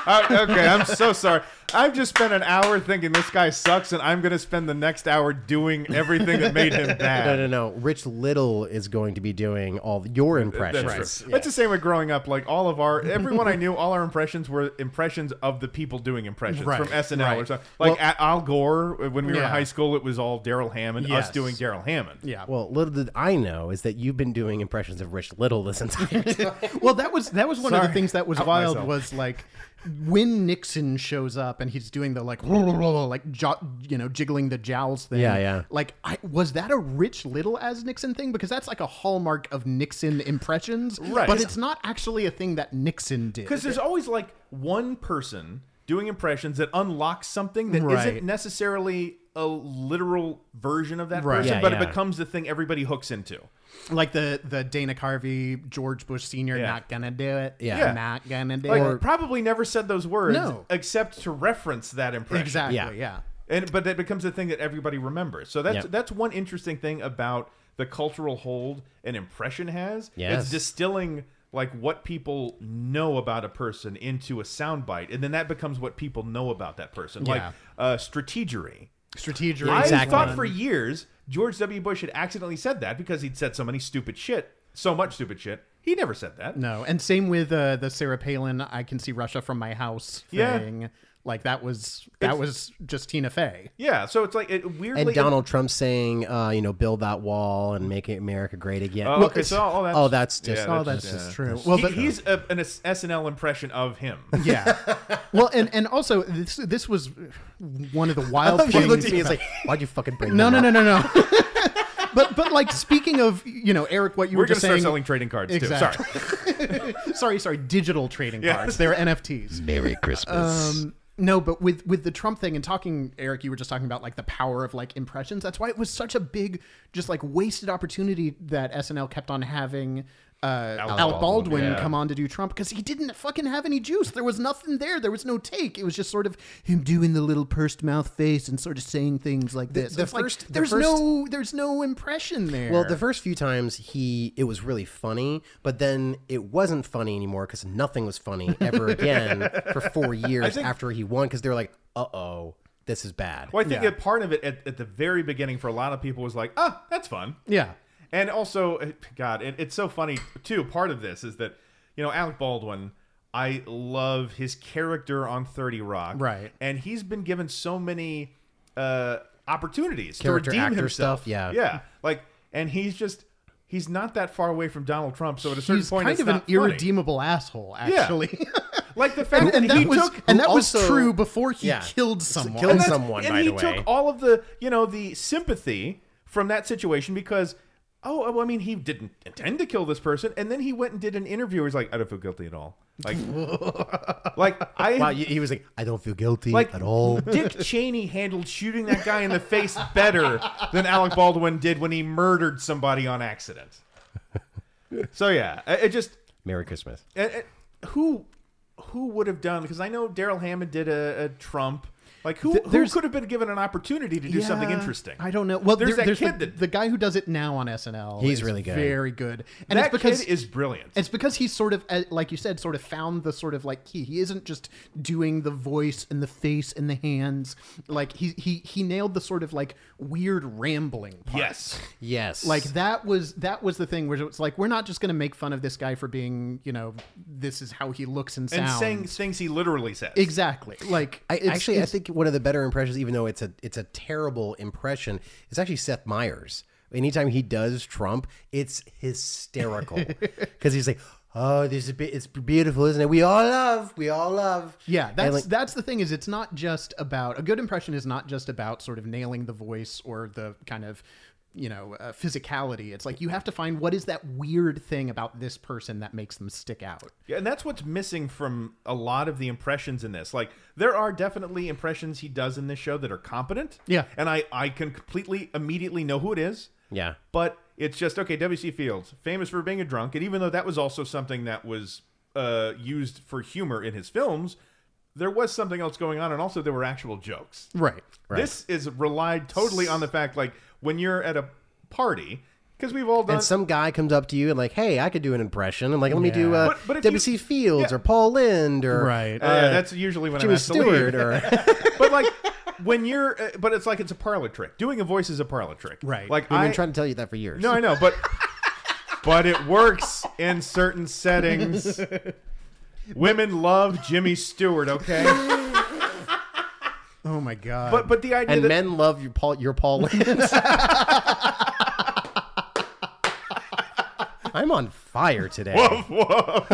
C: Uh, okay, I'm so sorry. I've just spent an hour thinking this guy sucks, and I'm going to spend the next hour doing everything that made him bad.
B: no, no, no. Rich Little is going to be doing all your
C: That's
B: impressions.
C: true. That's the same with growing up. Like all of our, everyone I knew, all our impressions were impressions of the people doing impressions
D: Right,
C: from SNL or
D: right.
C: something. Like at Al Gore when we were in
D: Yeah.
C: high school, it was all Daryl Hammond, us
D: Yes.
C: doing Daryl Hammond.
D: yeah. Well,
B: Well, little did I know is that you've been doing impressions of Rich Little this entire time.
D: that was that was one of the
C: Sorry.
D: things that was
C: Out
D: wild
C: myself.
D: was like when Nixon shows up and he's doing the like like jo- you know jiggling the jowls thing.
B: Yeah, yeah.
D: Like I, was that a Rich Little as Nixon thing because that's like a hallmark of Nixon impressions,
C: Right.
D: But it's not actually a thing that Nixon did.
C: Because there's always like one person doing impressions that unlocks something that
D: Right.
C: not necessarily a literal version of that
D: Right.
C: person,
B: Yeah,
C: but
B: yeah.
C: it becomes the thing everybody hooks into.
D: like the the Dana Carvey, George Bush Senior,
C: Yeah.
D: not gonna do it.
B: Yeah.
D: not gonna do
C: Like
D: it.
C: probably never said those words
D: No.
C: except to reference that impression.
D: exactly.
B: Yeah.
D: yeah.
C: And but that becomes a thing that everybody remembers. So that's
B: Yep.
C: that's one interesting thing about the cultural hold an impression has.
B: Yes.
C: It's distilling like what people know about a person into a soundbite, and then that becomes what people know about that person.
D: Yeah.
C: Like uh, strategery.
D: strategic.
C: I thought for years George W. Bush had accidentally said that because he'd said so many stupid shit, so much stupid shit. He never said that.
D: no, and same with uh, the Sarah Palin. I can see Russia from my house
C: Yeah.
D: thing. Like that was that was just Tina Fey.
C: Yeah, so it's like it weirdly.
B: and Donald Trump saying, uh, you know, build that wall and make America great again.
C: Oh,
B: Well,
C: okay, so all that's-
B: oh, that's just
C: yeah,
D: Oh, that's
C: Yeah.
D: just true.
C: He-
D: Well, but,
C: he's a, an S- SNL impression of him.
D: yeah. well, and and also this this was one of the wild
B: He
D: things.
B: looked at me. It's like, why'd you fucking bring?
D: no,
B: that
D: no,
B: up?
D: no, no, no. but but like speaking of you know Eric, what you
C: We're
D: were just
C: gonna start
D: saying.
C: selling trading cards too.
D: Exactly.
C: Sorry.
D: sorry, sorry, digital trading
C: Yeah.
D: cards. They're NFTs.
B: Merry Christmas.
D: Um, no, but with with the Trump thing and talking, Eric, you were just talking about like the power of like impressions. That's why it was such a big, just like wasted opportunity that SNL kept on having. Uh, Al, Baldwin,
C: Baldwin, yeah.
D: come on to do Trump because he didn't fucking have any juice. There was nothing there. There was no take. It was just sort of him doing the little pursed mouth face and sort of saying things like this.
B: the
D: It's like,
B: first- the
D: there's
B: first-
D: no, there's no impression there.
B: well, the first few times he, it was really funny, but then it wasn't funny anymore because nothing was funny ever again for four years after he won because they were like, uh oh, this is bad.
C: Well, I think a part of it at, at the very beginning for a lot of people was like, ah, that's fun.
D: yeah,
C: And also, eh, God, it, it's so funny too. Part of this is that you know Alec Baldwin. I love his character on Thirty Rock,
D: Right.
C: And he's been given so many uh, opportunities
B: Character
C: to redeem
B: actor
C: himself.
B: stuff, yeah.
C: yeah. Like, and he's just he's not that far away from Donald Trump. So at a certain
D: he's
C: point,
D: kind
C: it's
D: of an
C: not funny.
D: irredeemable asshole, actually.
C: Like the fact
D: and, and
C: that he
D: that was
C: took
D: and that was
B: also-
D: true before he
B: yeah.
D: killed someone.
B: killed
C: that's-
B: someone,
C: And
B: by
C: he
B: the way.
C: took all of the, you know, the sympathy from that situation because oh, well, I mean, he didn't intend to kill this person, and then he went and did an interview. Where he's like, I don't feel guilty at all. Like, like I
B: Wow, he he was like, I don't feel guilty
C: like
B: at all.
C: Dick Cheney handled shooting that guy in the face better than Alec Baldwin did when he murdered somebody on accident. So yeah, it it just
B: Merry Christmas.
C: and, and who who would have done because I know Daryl Hammond did a, a Trump. Like who,
D: Th-
C: who
D: there's-
C: could have been given an opportunity to do something
D: Yeah,
C: interesting?
D: I don't know. Well,
C: there's
D: there-
C: that
D: there's
C: kid
D: the,
C: that
D: the guy who does it now on SNL.
B: He's
D: is
B: really good.
D: very good. And
C: that
D: it's because
C: kid is brilliant.
D: it's because he's sort of uh, like you said, sort of found the sort of like key. He isn't just doing the voice and the face and the hands. Like he he he nailed the sort of like weird rambling part.
C: yes,
B: Yes.
D: Like that was that was the thing where it's like we're not just going to make fun of this guy for being you know this is how he looks and
C: and
D: sounds
C: saying things he literally says.
D: exactly like
B: I,
D: it's-
B: actually, I
D: it's-
B: think one of the better impressions, even though it's a it's a terrible impression, is actually Seth Meyers. Anytime he does Trump, it's hysterical because he's like, "Oh, this is bit, it's beautiful, isn't it? We all love, we all love."
D: Yeah,
B: And,
D: that's
B: like,
D: that's the thing is it's not just about a good impression is not just about sort of nailing the voice or the kind of you know uh, physicality. It's like you have to find what is that weird thing about this person that makes them stick out.
C: Yeah, and that's what's missing from a lot of the impressions in this. Like, there are definitely impressions he does in this show that are competent.
D: Yeah.
C: And I, I can completely, immediately know who it is.
B: Yeah.
C: But it's just, okay, W.C. Fields, famous for being a drunk. And even though that was also something that was uh, used for humor in his films, there was something else going on. And also, there were actual jokes.
D: Right.
C: This is relied totally on the fact, like, when you're at a party, because we've all done.
B: and some guy comes up to you and like, "Hey, I could do an impression." I'm like, "Let me do uh,
C: But- but if you-
B: W.C. Fields
C: yeah.
B: or Paul Lind or
D: Right.
C: Uh, that's usually when I'm
B: Jimmy
C: asked to leave.
B: Stewart or."
C: but like when you're uh, but it's like it's a parlor trick doing a voice is a parlor trick
D: Right.
C: like
B: We've
C: i
B: been trying to tell you that for years.
C: no i know but but it works in certain settings women love jimmy stewart okay
D: Oh my god.
C: but but the idea
B: and
C: that
B: men love your Paul your Paul Lynde's. I'm on fire today.
C: but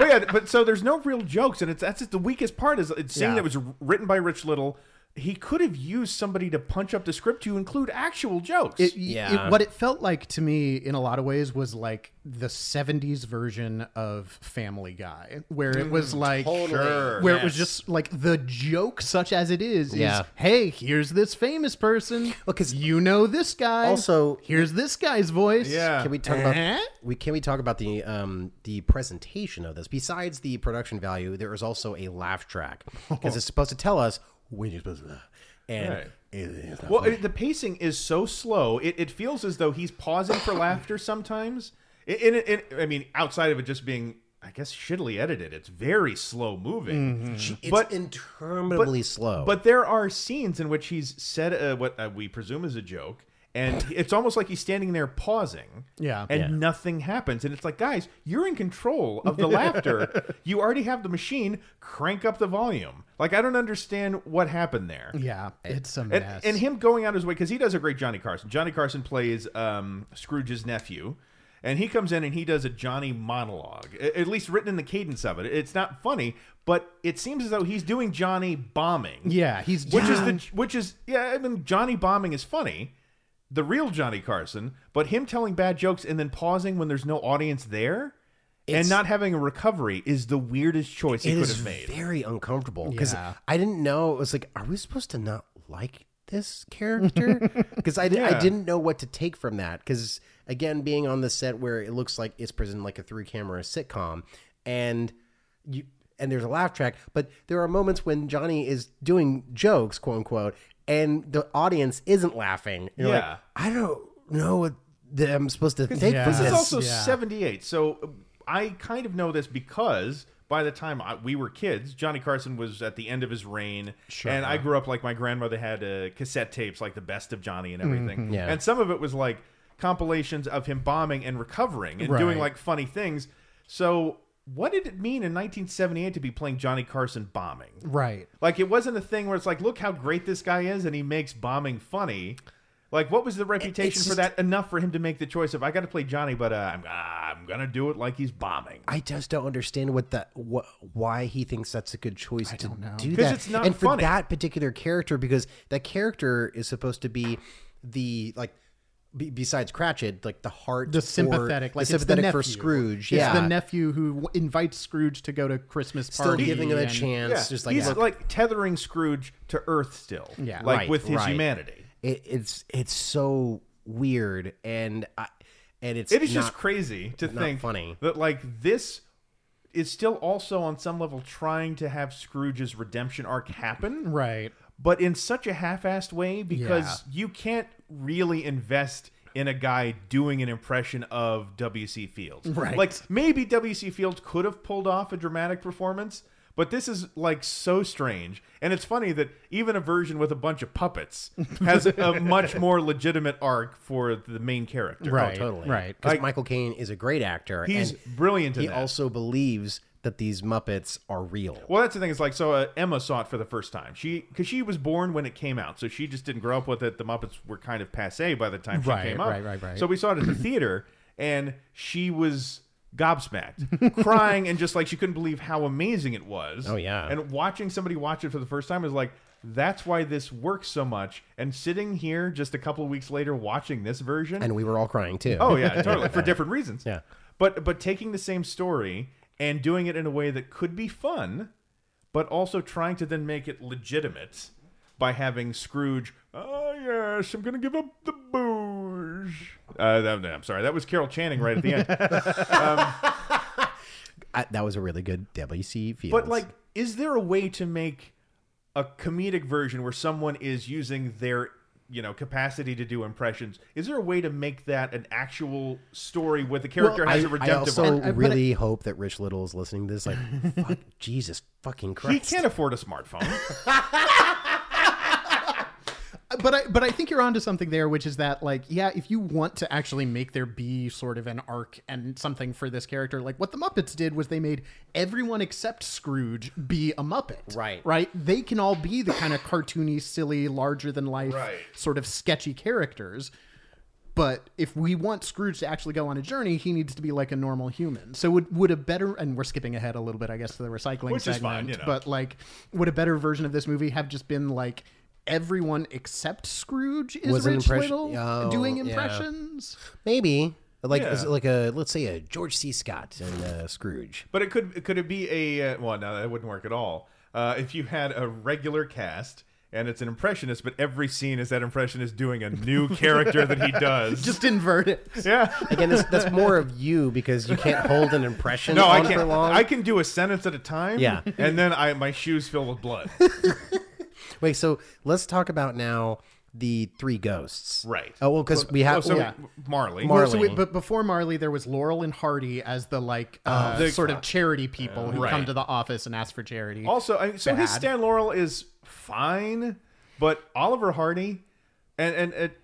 C: yeah but so there's no real jokes and it's that's the weakest part is it's saying
B: Yeah.
C: that was written by rich little he could have used somebody to punch up the script to include actual jokes
D: It-
B: Yeah.
D: it- what it felt like to me in a lot of ways was like the 70s version of Family Guy, where it was like,
C: Sure.
D: where it was just like the joke, such as it is,
B: Yeah.
D: is hey, here's this famous person.
B: 'cause-
D: you know this guy.
B: Also-
D: here's this guy's voice.
C: Yeah. Uh-huh.
B: Can we talk
D: Eh?
B: about we can we talk about the um the presentation of this? Besides the production value, there is also a laugh track because it's supposed to tell us when you're supposed to laugh. And
C: Right.
B: it- it's not
C: Well, it, the pacing is so slow. It, it feels as though he's pausing for laughter sometimes. It, it, it- I mean, outside of it just being, I guess, shittily edited, it's very slow moving.
B: it's
C: but-
B: interminably slow.
C: But there are scenes in which he's said uh, what uh, we presume is a joke, and it's almost like he's standing there pausing.
D: Yeah.
C: And
B: Yeah.
C: nothing happens. And it's like, guys, you're in control of the laughter. You already have the machine. Crank up the volume. Like, I don't understand what happened there.
D: Yeah,
B: Eh,
D: it's a
C: and,
D: mess.
C: and him going out his way because he does a great Johnny Carson. Johnny Carson plays um, Scrooge's nephew, and he comes in and he does a Johnny monologue, a- at least written in the cadence of it. It's not funny, but it seems as though he's doing Johnny bombing.
D: yeah, he's
C: which is the which is yeah. I mean, Johnny bombing is funny, the real Johnny Carson, but him telling bad jokes and then pausing when there's no audience there. and
B: It's-
C: not having a recovery is the weirdest choice he
B: It
C: could
B: is
C: have made.
B: very uncomfortable because
D: Yeah.
B: I didn't know. It was like, are we supposed to not like this character? Because I, di- I
C: Yeah.
B: didn't know what to take from that. Because again, being on the set where it looks like it's presented like a three camera sitcom, and you and there's a laugh track, but there are moments when Johnny is doing jokes, quote unquote, and the audience isn't laughing. You're
C: Yeah.
B: like, I don't know what that I'm supposed to take
D: Yeah.
B: from
C: This
B: this.
C: is also
D: yeah.
C: 78. So uh, I kind of know this because by the time I, we were kids, Johnny Carson was at the end of his reign. And I grew up like my grandmother had uh, cassette tapes, like the best of Johnny and everything.
D: Mm-hmm.
B: Yeah.
C: And some of it was like compilations of him bombing and recovering and doing
D: Right.
C: like funny things. So what did it mean in 1978 to be playing Johnny Carson bombing?
D: right.
C: Like it wasn't a thing where it's like, look how great this guy is, and he makes bombing funny. Like, what was the reputation
B: it's just-
C: for that enough for him to make the choice of I got to play Johnny, but uh, I'm I'm gonna do it like he's bombing.
B: I just don't understand what that what why he thinks that's a good choice to do
C: 'Cause
B: that.
C: it's not
B: and for
C: funny.
B: that particular character, because that character is supposed to be the like be, besides Cratchit, like the heart,
D: the
B: for-
D: sympathetic,
B: the
D: like
B: sympathetic
D: it's the
B: for
D: nephew.
B: Scrooge.
D: It's
B: yeah,
D: the nephew who w- invites Scrooge to go to Christmas
B: still
D: party.
B: giving him a
D: and-
B: chance.
C: Yeah.
B: Just like
C: he's
B: look,
C: like tethering Scrooge to Earth still.
D: Yeah.
C: like
B: Right,
C: with his
B: right.
C: humanity.
B: it, it's it's so weird, and I, and it's
C: It is
B: not-
C: just crazy to
B: not
C: think
B: funny.
C: that like this is still also on some level trying to have Scrooge's redemption arc happen,
D: Right.
C: but in such a half-assed way because you can't really invest in a guy doing an impression of W.C. Fields.
D: Right.
C: Like maybe W.C. Fields could have pulled off a dramatic performance, but this is like so strange. And it's funny that even a version with a bunch of puppets has a much more legitimate arc for the main character.
D: Right.
B: Oh, totally
D: Right.
B: because
C: Like-
B: Michael Caine is a great actor.
C: He's
B: and
C: brilliant in
B: He
C: that.
B: also believes that these Muppets are real.
C: Well, that's the thing. It's like so. Uh, Emma saw it for the first time. She because she was born when it came out, so she just didn't grow up with it. The Muppets were kind of passe by the time she
D: Right,
C: came up.
D: right, right, right.
C: So we saw it at the theater, and she was gobsmacked, crying, and just like she couldn't believe how amazing it was.
B: Oh, yeah.
C: And watching somebody watch it for the first time is like that's why this works so much. And sitting here just a couple of weeks later watching this version,
B: and we were all crying too.
C: Oh yeah, totally for different reasons.
B: Yeah.
C: But but taking the same story and doing it in a way that could be fun, but also trying to then make it legitimate by having Scrooge. Oh yes, I'm gonna give up the booze. Uh, that, I'm sorry, that was Carol Channing right at the end.
B: I, that was a really good WC Fields.
C: but like, is there a way to make a comedic version where someone is using their you know capacity to do impressions? Is there a way to make that an actual story where the character
B: I,
C: has a
B: I
C: redemptive?
B: also
C: arc?
D: but
B: really hope that Rich Little is listening to this. Like, fuck, Jesus fucking
C: He
B: Christ!
C: can't afford a smartphone.
D: but I but I think you're onto something there, which is that like yeah, if you want to actually make there be sort of an arc and something for this character, like what the Muppets did was they made everyone except Scrooge be a Muppet,
B: Right.
D: Right? They can all be the kind of cartoony, silly, larger than life,
C: Right.
D: sort of sketchy characters. But if we want Scrooge to actually go on a journey, he needs to be like a normal human. So would would a better and we're skipping ahead a little bit, I guess, to the recycling
C: Which is
D: segment.
C: fine, you know.
D: But like, would a better version of this movie have just been like everyone except Scrooge is
B: Was an
D: Rich
B: impression-
D: Little
B: Oh,
D: doing
B: yeah.
D: impressions?
B: Maybe like
C: Yeah.
B: like a let's say a George C. Scott and uh, Scrooge.
C: but it could could it be a uh, well? No, that wouldn't work at all. Uh, if you had a regular cast and it's an impressionist, but every scene is that impressionist doing a new character that he does.
D: Just invert it.
C: yeah.
B: Again, that's, that's more of you because you can't hold an impression
C: No, I
B: on for
C: can't.
B: long.
C: I can do a sentence at a time.
B: Yeah.
C: and then I my shoes fill with blood.
B: Wait, so let's talk about now the three ghosts.
C: Right.
B: Oh well, because we have
C: so
B: yeah.
C: Marley.
B: Mar-
D: So
B: Marley. Oh,
D: wait, but before Marley, there was Laurel and Hardy as the like uh,
C: the-
D: sort of charity people who
C: Right.
D: come to the office and ask for charity.
C: also, I, so his
D: Bad.
C: Stan Laurel is fine, but Oliver Hardy, and and it,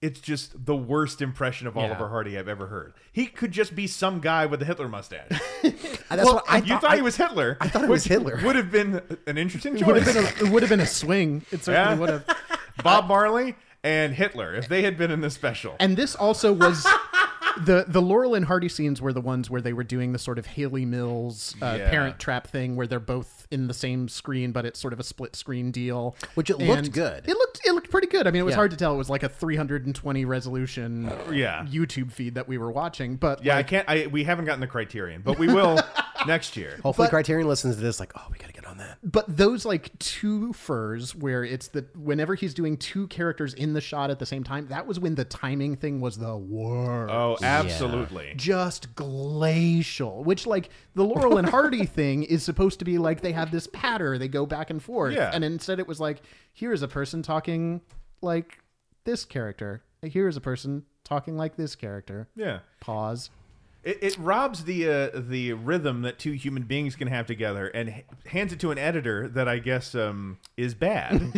C: it's just the worst impression of Oliver Hardy I've ever heard. He could just be some guy with a Hitler mustache.
B: Uh, that's what I
C: you
B: thought.
C: thought he was Hitler. I
B: thought it was Hitler.
C: Would have been an interesting
D: It would
C: choice.
D: have been a, it would have been a swing. It certainly
C: Yeah.
D: would have.
C: Bob Marley and Hitler, if they had been in this special.
D: And this also was the the Laurel and Hardy scenes were the ones where they were doing the sort of Haley Mills uh,
C: Yeah.
D: Parent Trap thing, where they're both in the same screen, but it's sort of a split screen deal.
B: Which it looked good.
D: It looked it looked pretty good. I mean, it was
B: Yeah.
D: hard to tell. It was like a 320 resolution
C: Uh, yeah.
D: YouTube feed that we were watching, but
C: yeah, I
D: like,
C: can't. I we haven't gotten the Criterion, but we will next year.
B: Hopefully, Criterion listens to this. Like, oh, we gotta get on that.
D: but those like two furs where it's the whenever he's doing two characters in the shot at the same time, that was when the timing thing was the worst.
C: Oh, absolutely.
D: just glacial which like the laurel and hardy thing is supposed to be like they have this patter they go back and forth
C: Yeah.
D: and instead it was like here's a person talking like this character here's a person talking like this character
C: Yeah.
D: pause
C: It, it robs the uh, the rhythm that two human beings can have together, and h- hands it to an editor that I guess um, is bad.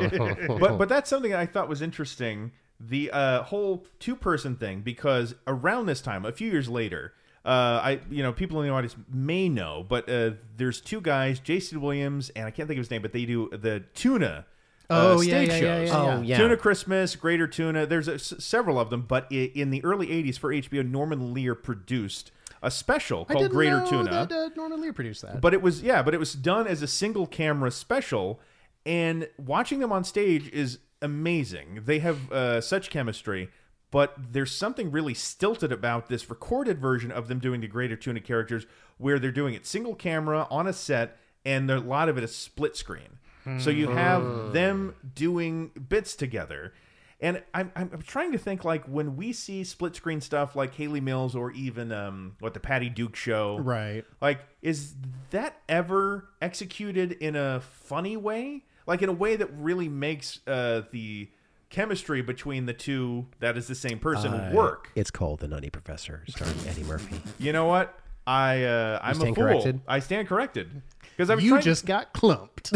C: but but that's something I thought was interesting. The uh, whole two person thing because around this time, a few years later, uh, I you know people in the audience may know, but uh, there's two guys, Jason Williams and I can't think of his name, but they do the tuna. uh,
D: Oh, yeah,
C: stage
D: yeah, yeah,
C: shows.
D: yeah,
B: yeah. Oh, yeah.
C: Tuna Christmas, Greater Tuna. There's a, s- several of them, but i in the early '80s for HBO, Norman Lear produced a special
D: I
C: called
D: didn't
C: Greater
D: know
C: Tuna.
D: that, uh, norman lear produced that
C: But it was yeah, but it was done as a single camera special, and watching them on stage is amazing. They have uh, such chemistry. but there's something really stilted about this recorded version of them doing the greater tune of characters where they're doing it single camera on a set and there- a lot of it is split screen so you
D: Hmm.
C: have them doing bits together and I'm, I'm, I'm trying to think like when we see split screen stuff like haley mills or even um, what the patty duke show
D: Right.
C: like, is that ever executed in a funny way? Like in a way that really makes uh, the chemistry between the two that is the same person work.
B: It's called The Nutty Professor, starring Eddie Murphy.
C: You know what? I uh, I'm a
B: stand
C: fool.
B: corrected?
C: I stand corrected because I'm
D: You
C: trying.
D: just got clumped.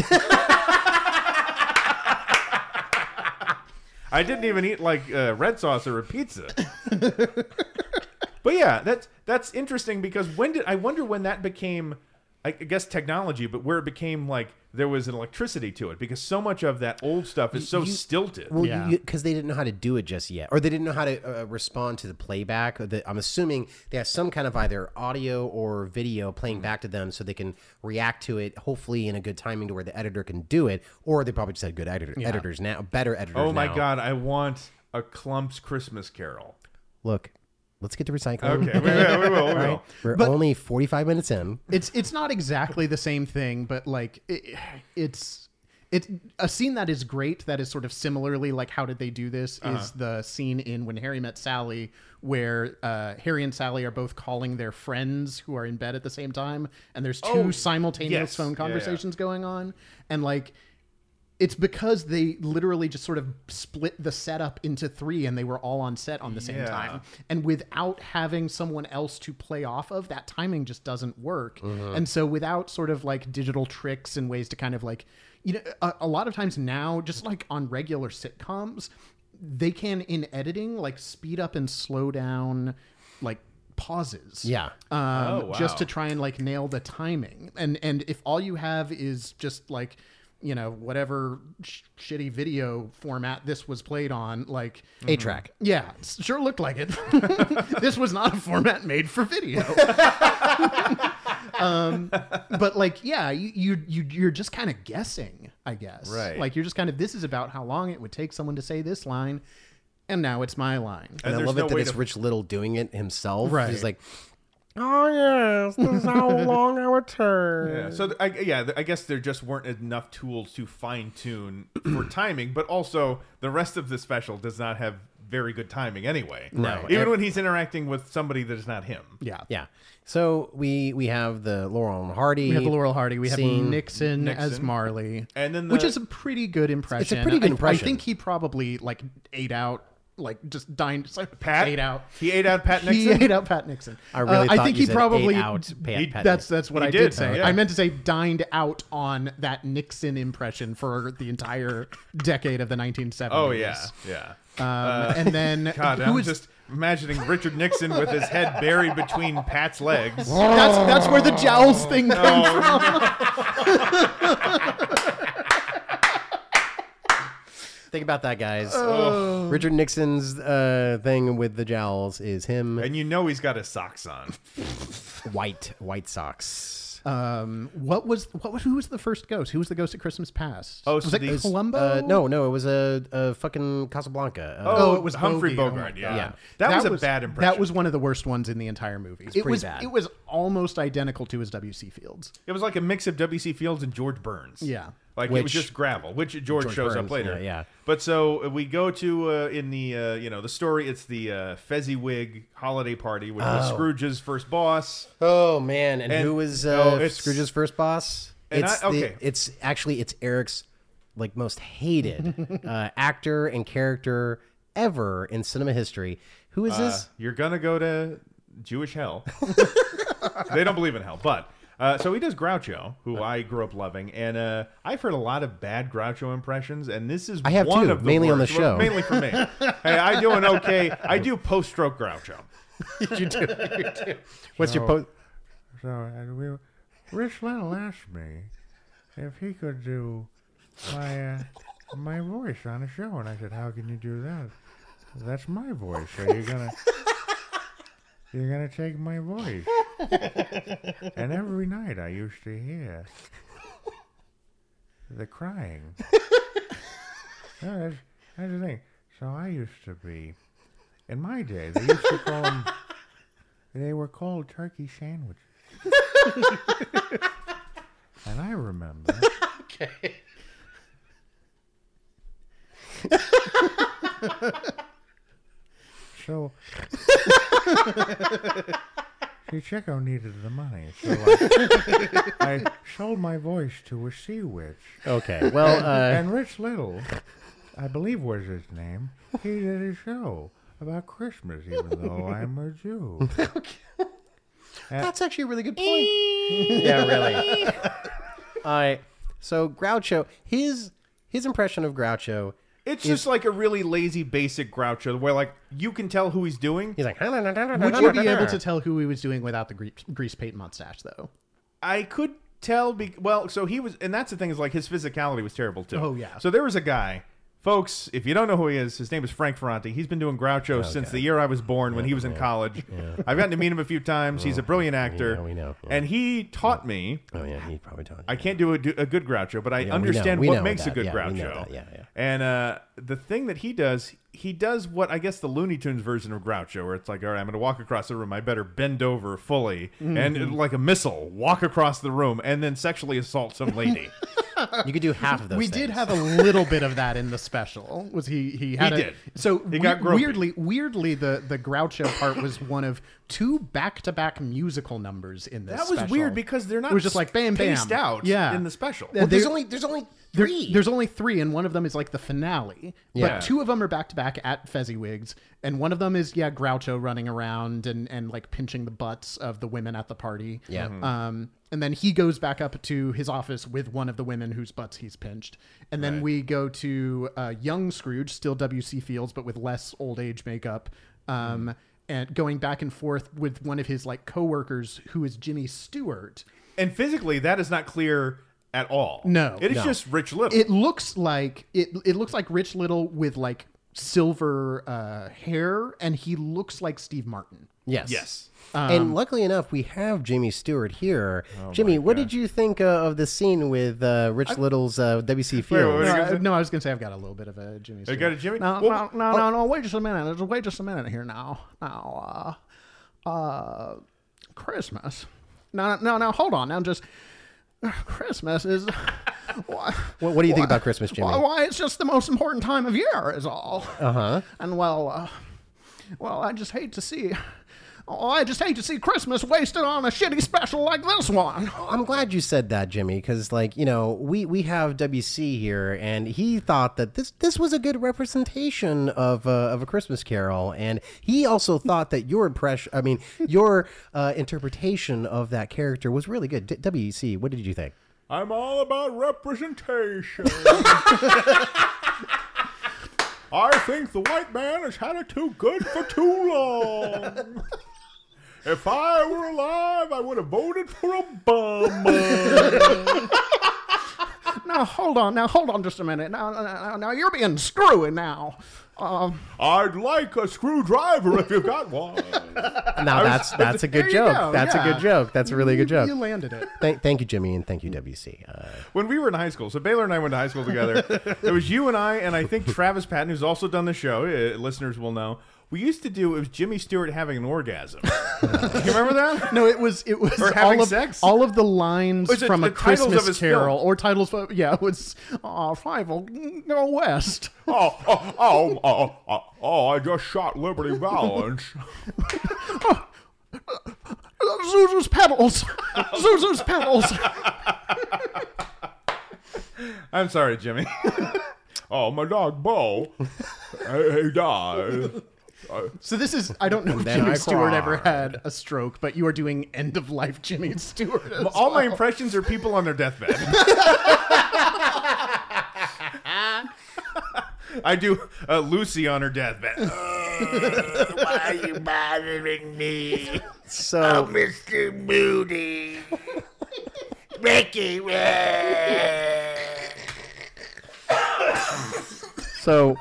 C: I didn't even eat like uh, red sauce or a pizza. but yeah, that's that's interesting because when did I wonder when that became I guess technology, but where it became like there was an electricity to it because so much of that old stuff is so stilted.
B: Well,
D: Yeah.
B: because they didn't know how to do it just yet, or they didn't know how to uh, respond to the playback. Or the, I'm assuming they have some kind of either audio or video playing back to them, so they can react to it, hopefully in a good timing to where the editor can do it. Or they probably just had good editor, editors now, better editors.
C: Oh my
B: now.
C: god, I want a Clump's Christmas Carol.
B: Look, let's get to recycling.
C: Okay, we will, we will, we will.
B: We're only 45 minutes in.
D: it's it's not exactly the same thing, but like it, it's it's a scene that is great. That is sort of similarly like how did they do this?
C: Uh-huh.
D: Is the scene in when Harry met Sally, where uh, Harry and Sally are both calling their friends who are in bed at the same time, and there's two simultaneous
C: Oh, yes.
D: phone
C: Yeah, yeah.
D: conversations going on, and like. It's because they literally just sort of split the setup into three and they were all on set on the same
C: Yeah.
D: time and without having someone else to play off of that timing just doesn't work
C: Uh-huh.
D: and so without sort of like digital tricks and ways to kind of like you know a, a lot of times now just like on regular sitcoms they can in editing like speed up and slow down like pauses
B: Yeah.
D: um,
C: Oh,
D: just to
C: wow.
D: try and like nail the timing and and if all you have is just like you know whatever sh- shitty video format this was played on like
C: Mm-hmm.
B: A track.
D: yeah, s- sure looked like it. this was not a format made for video. um, but like, yeah, you, you you you're just kind of guessing, I guess.
C: Right.
D: Like you're just kind of this is about how long it would take someone to say this line, and now it's my line.
C: And
B: And I
C: there's
B: love
C: no
B: it that
C: way
B: it's
C: to-
B: Rich Little doing it himself.
D: Right.
B: He's like, oh, yes, this is how long I would turn.
C: Yeah, so th- I, yeah, th- I guess there just weren't enough tools to fine tune for timing, but also the rest of the special does not have very good timing anyway.
B: No.
C: Even when he's interacting with somebody that is not him.
D: Yeah.
B: Yeah. So we we have the Laurel and Hardy.
D: We have the Laurel Hardy. We have
B: Scene.
D: Nixon, as
C: Nixon.
D: Marley,
C: And then
D: which
C: the-
D: is a pretty good impression.
B: pretty good
D: I- I,
B: impression.
D: think he probably like ate out, like just dined.
C: Pat
D: ate out.
C: He ate out Pat
D: He
C: Nixon.
D: ate out Pat Nixon.
B: I really
D: Uh,
B: thought
D: I think
B: you
D: he
B: said
D: probably
B: ate out Pat,
C: he-
B: Pat
D: That's that's what
C: He
D: I
C: did,
D: did say.
C: yeah.
D: I meant to say dined out on that Nixon impression for the entire decade of the 1970s.
C: oh yeah, yeah.
D: Um, and then
C: God,
D: who
C: I'm
D: is-
C: just imagining Richard Nixon with his head buried between Pat's legs.
D: that's that's where the jowls thing comes.
C: Oh,
B: Think about that, guys. Richard Nixon's uh, thing with the jowls is him
C: and you know he's got his socks on.
B: white white socks.
D: Um, what was what was who was the first ghost? Who was the ghost at Christmas past?
C: Oh,
D: was
C: so
D: it
C: these-
D: Columbo?
B: Uh, no, no, it was a, a fucking Casablanca. Uh,
C: Oh,
D: it was
C: Humphrey
D: Bogey. Oh
C: Bogart.
D: my
C: yeah.
B: God.
C: that, was, a bad impression.
D: That was one of the worst ones in the entire movie. it
B: pretty
D: was
B: bad.
D: it was almost identical to his WC Fields.
C: It was like a mix of W.C. Fields and George Burns.
D: Yeah.
C: like it was
B: Which-
C: just gravel, which George,
B: George
C: shows up
B: Burns,
C: later.
B: yeah, yeah.
C: But so uh, we go to uh, in the uh, you know the story. It's the uh, Fezziwig holiday party, which was Scrooge's first boss.
B: Oh man, and,
C: And-
B: who was
C: oh,
B: uh,
C: it's-
B: Scrooge's first boss?
C: And
B: It's
C: I-
B: the-
C: okay.
B: it's actually it's Eric's like most hated uh, actor and character ever in cinema history. Who is
C: Uh,
B: this?
C: you're gonna go to Jewish hell. they don't believe in hell, but. Uh, so he does Groucho, who I grew up loving, and uh, I've heard a lot of bad Groucho impressions, and this is
B: I have
C: one
B: too,
C: of the
B: mainly on
C: worst.
B: the
C: Well,
B: show.
C: mainly for me. hey, I do an okay. I do post-stroke Groucho.
D: you do, you do.
B: What's your post?
E: So and we, Rich Little asked me if he could do my uh, my voice on a show, and I said, "How can you do that? That's my voice. So you're gonna you're gonna take my voice." and every night I used to hear the crying. Yeah, that's, that's the thing. So I used to be In my day, they used to call them. They were called turkey sandwiches. and I remember.
B: Okay.
E: So. See, Chico needed the money, so I, I sold my voice to a sea witch.
B: Okay. Well, uh,
E: and Rich Little, I believe was his name, he did a show about Christmas, even though I'm a Jew.
B: that's actually a really good point. yeah, really. All right. So Groucho, his his impression of Groucho,
C: It's just like a really lazy, basic Groucho, where like you can tell who he's doing.
B: he's like.
D: Would you be able to tell who he was doing without the grease, grease paint mustache, though?
C: I could tell. Be- well, so he was, and that's the thing is like his physicality was terrible too.
D: Oh, yeah.
C: So there was a guy, folks. If you don't know who he is, his name is Frank Ferranti. He's been doing Groucho since the year I was born, when he was in college. I've gotten to meet him a few times. He's a brilliant actor.
B: we know. Yeah.
C: And he taught me.
B: Oh yeah, he probably don't.
C: I can't do a, do a good Groucho, but I
B: we know.
C: understand
B: We
C: what
B: know
C: makes a
B: that.
C: good
B: Yeah,
C: Groucho.
B: we know that. Yeah, yeah.
C: And uh, the thing that he does, he does what I guess the Looney Tunes version of Groucho, where it's like, all right, I'm going to walk across the room. I better bend over fully and
B: Mm-hmm.
C: uh, like a missile, walk across the room and then sexually assault some lady.
B: You could do half of those.
D: we did
B: things.
D: have a little bit of that in the special. Was he? He had.
C: He
D: a,
C: did.
D: So
C: He
D: we-
C: got gropey.
D: weirdly, weirdly, the the Groucho part was one of two back to back musical numbers in this.
C: that was
D: special.
C: weird because they're not
D: It was just like bam, bam,
C: paced out
D: Yeah.
C: in the special.
D: Well,
B: There's
D: there-
B: only there's only
D: there-
B: three.
D: there's only three, and one of them is like the finale.
B: Yeah.
D: But two of them are back to back at Fezziwigs, and one of them is yeah, Groucho running around and and like pinching the butts of the women at the party.
B: Yeah.
D: Um, and then he goes back up to his office with one of the women whose butts he's pinched, and then we go to uh, young Scrooge, still W. C. Fields, but with less old age makeup.
B: Mm-hmm.
D: Um. And going back and forth with one of his like coworkers, who is Jimmy Stewart,
C: and physically, that is not clear at all.
D: No.
C: It is
D: No.
C: just Rich Little.
D: it looks like it it looks like Rich Little with like silver uh, hair and he looks like Steve Martin.
B: yes.
C: yes.
D: Um,
B: and luckily enough, we have Jimmy Stewart here. Jimmy, what did you think uh, of the scene with uh, Rich Little's uh, WC Fields?
C: wait, wait,
D: No,
C: What are you
D: I,
C: gonna say?
D: Uh, no, I was gonna say I've got a little bit of a Jimmy. Stewart.
C: got a Jimmy?
D: No,
C: Well,
D: no,
B: oh.
D: no, no, no. Wait just a minute. Just- Wait just a minute here now. Now, uh, uh, Christmas. No, no, no, no. Hold on. Now, just Christmas is. Why,
B: What- what do you think about Christmas, Jimmy?
D: Why, why it's just the most important time of year is all. Uh
B: Uh-huh.
D: huh. And well, uh, well, I just hate to see. Oh, I just hate to see Christmas wasted on a shitty special like this one.
B: I'm glad you said that, Jimmy, because like you know, we we have WC here, and he thought that this this was a good representation of uh, of a Christmas Carol, and he also thought that your impression, I mean, your uh, interpretation of that character was really good. D- WC, what did you think?
C: I'm all about representation. I think the white man has had it too good for too long. If I were alive, I would have voted for Obama.
D: Now hold on, now hold on just a minute. Now, now, now, now you're being screwy now. Um,
C: I'd like a screwdriver if you've got one.
B: Now that's that's a good
D: there you
B: joke.
D: go,
B: that's a
D: yeah.
B: good joke. That's a really good
D: you-
B: joke.
D: You landed it.
B: Thank, thank you, Jimmy, and thank you, WC. Uh,
C: When we were in high school, so Baylor and I went to high school together. it was you and I, and I think Travis Patton, who's also done the show. Uh, listeners will know. We used to do it was Jimmy Stewart having an orgasm. you remember that?
D: No, it was it was
C: Or having
D: all of
C: sex?
D: all of the lines
C: Was it
D: from
C: the
D: a
C: titles of
D: Christmas
C: his
D: Carol
C: film?
D: or titles. Of, yeah, it was uh, Rival Go West.
C: oh, oh, oh, oh, oh, oh, I just shot Liberty Valance.
D: Zuzu's pedals. Zuzu's pedals.
C: I'm sorry, Jimmy. oh, my dog, Bo. he he died.
D: So this is I don't know if
B: then I
D: Jimmy Stewart
B: cried.
D: ever had a stroke, but you are doing end of life Jimmy Stewart. as
C: All my
D: well.
C: impressions are people on their deathbed. I do uh, Lucy on her deathbed. Why are you bothering me?
B: so
C: Mr. Moody. Mickey Red.
B: So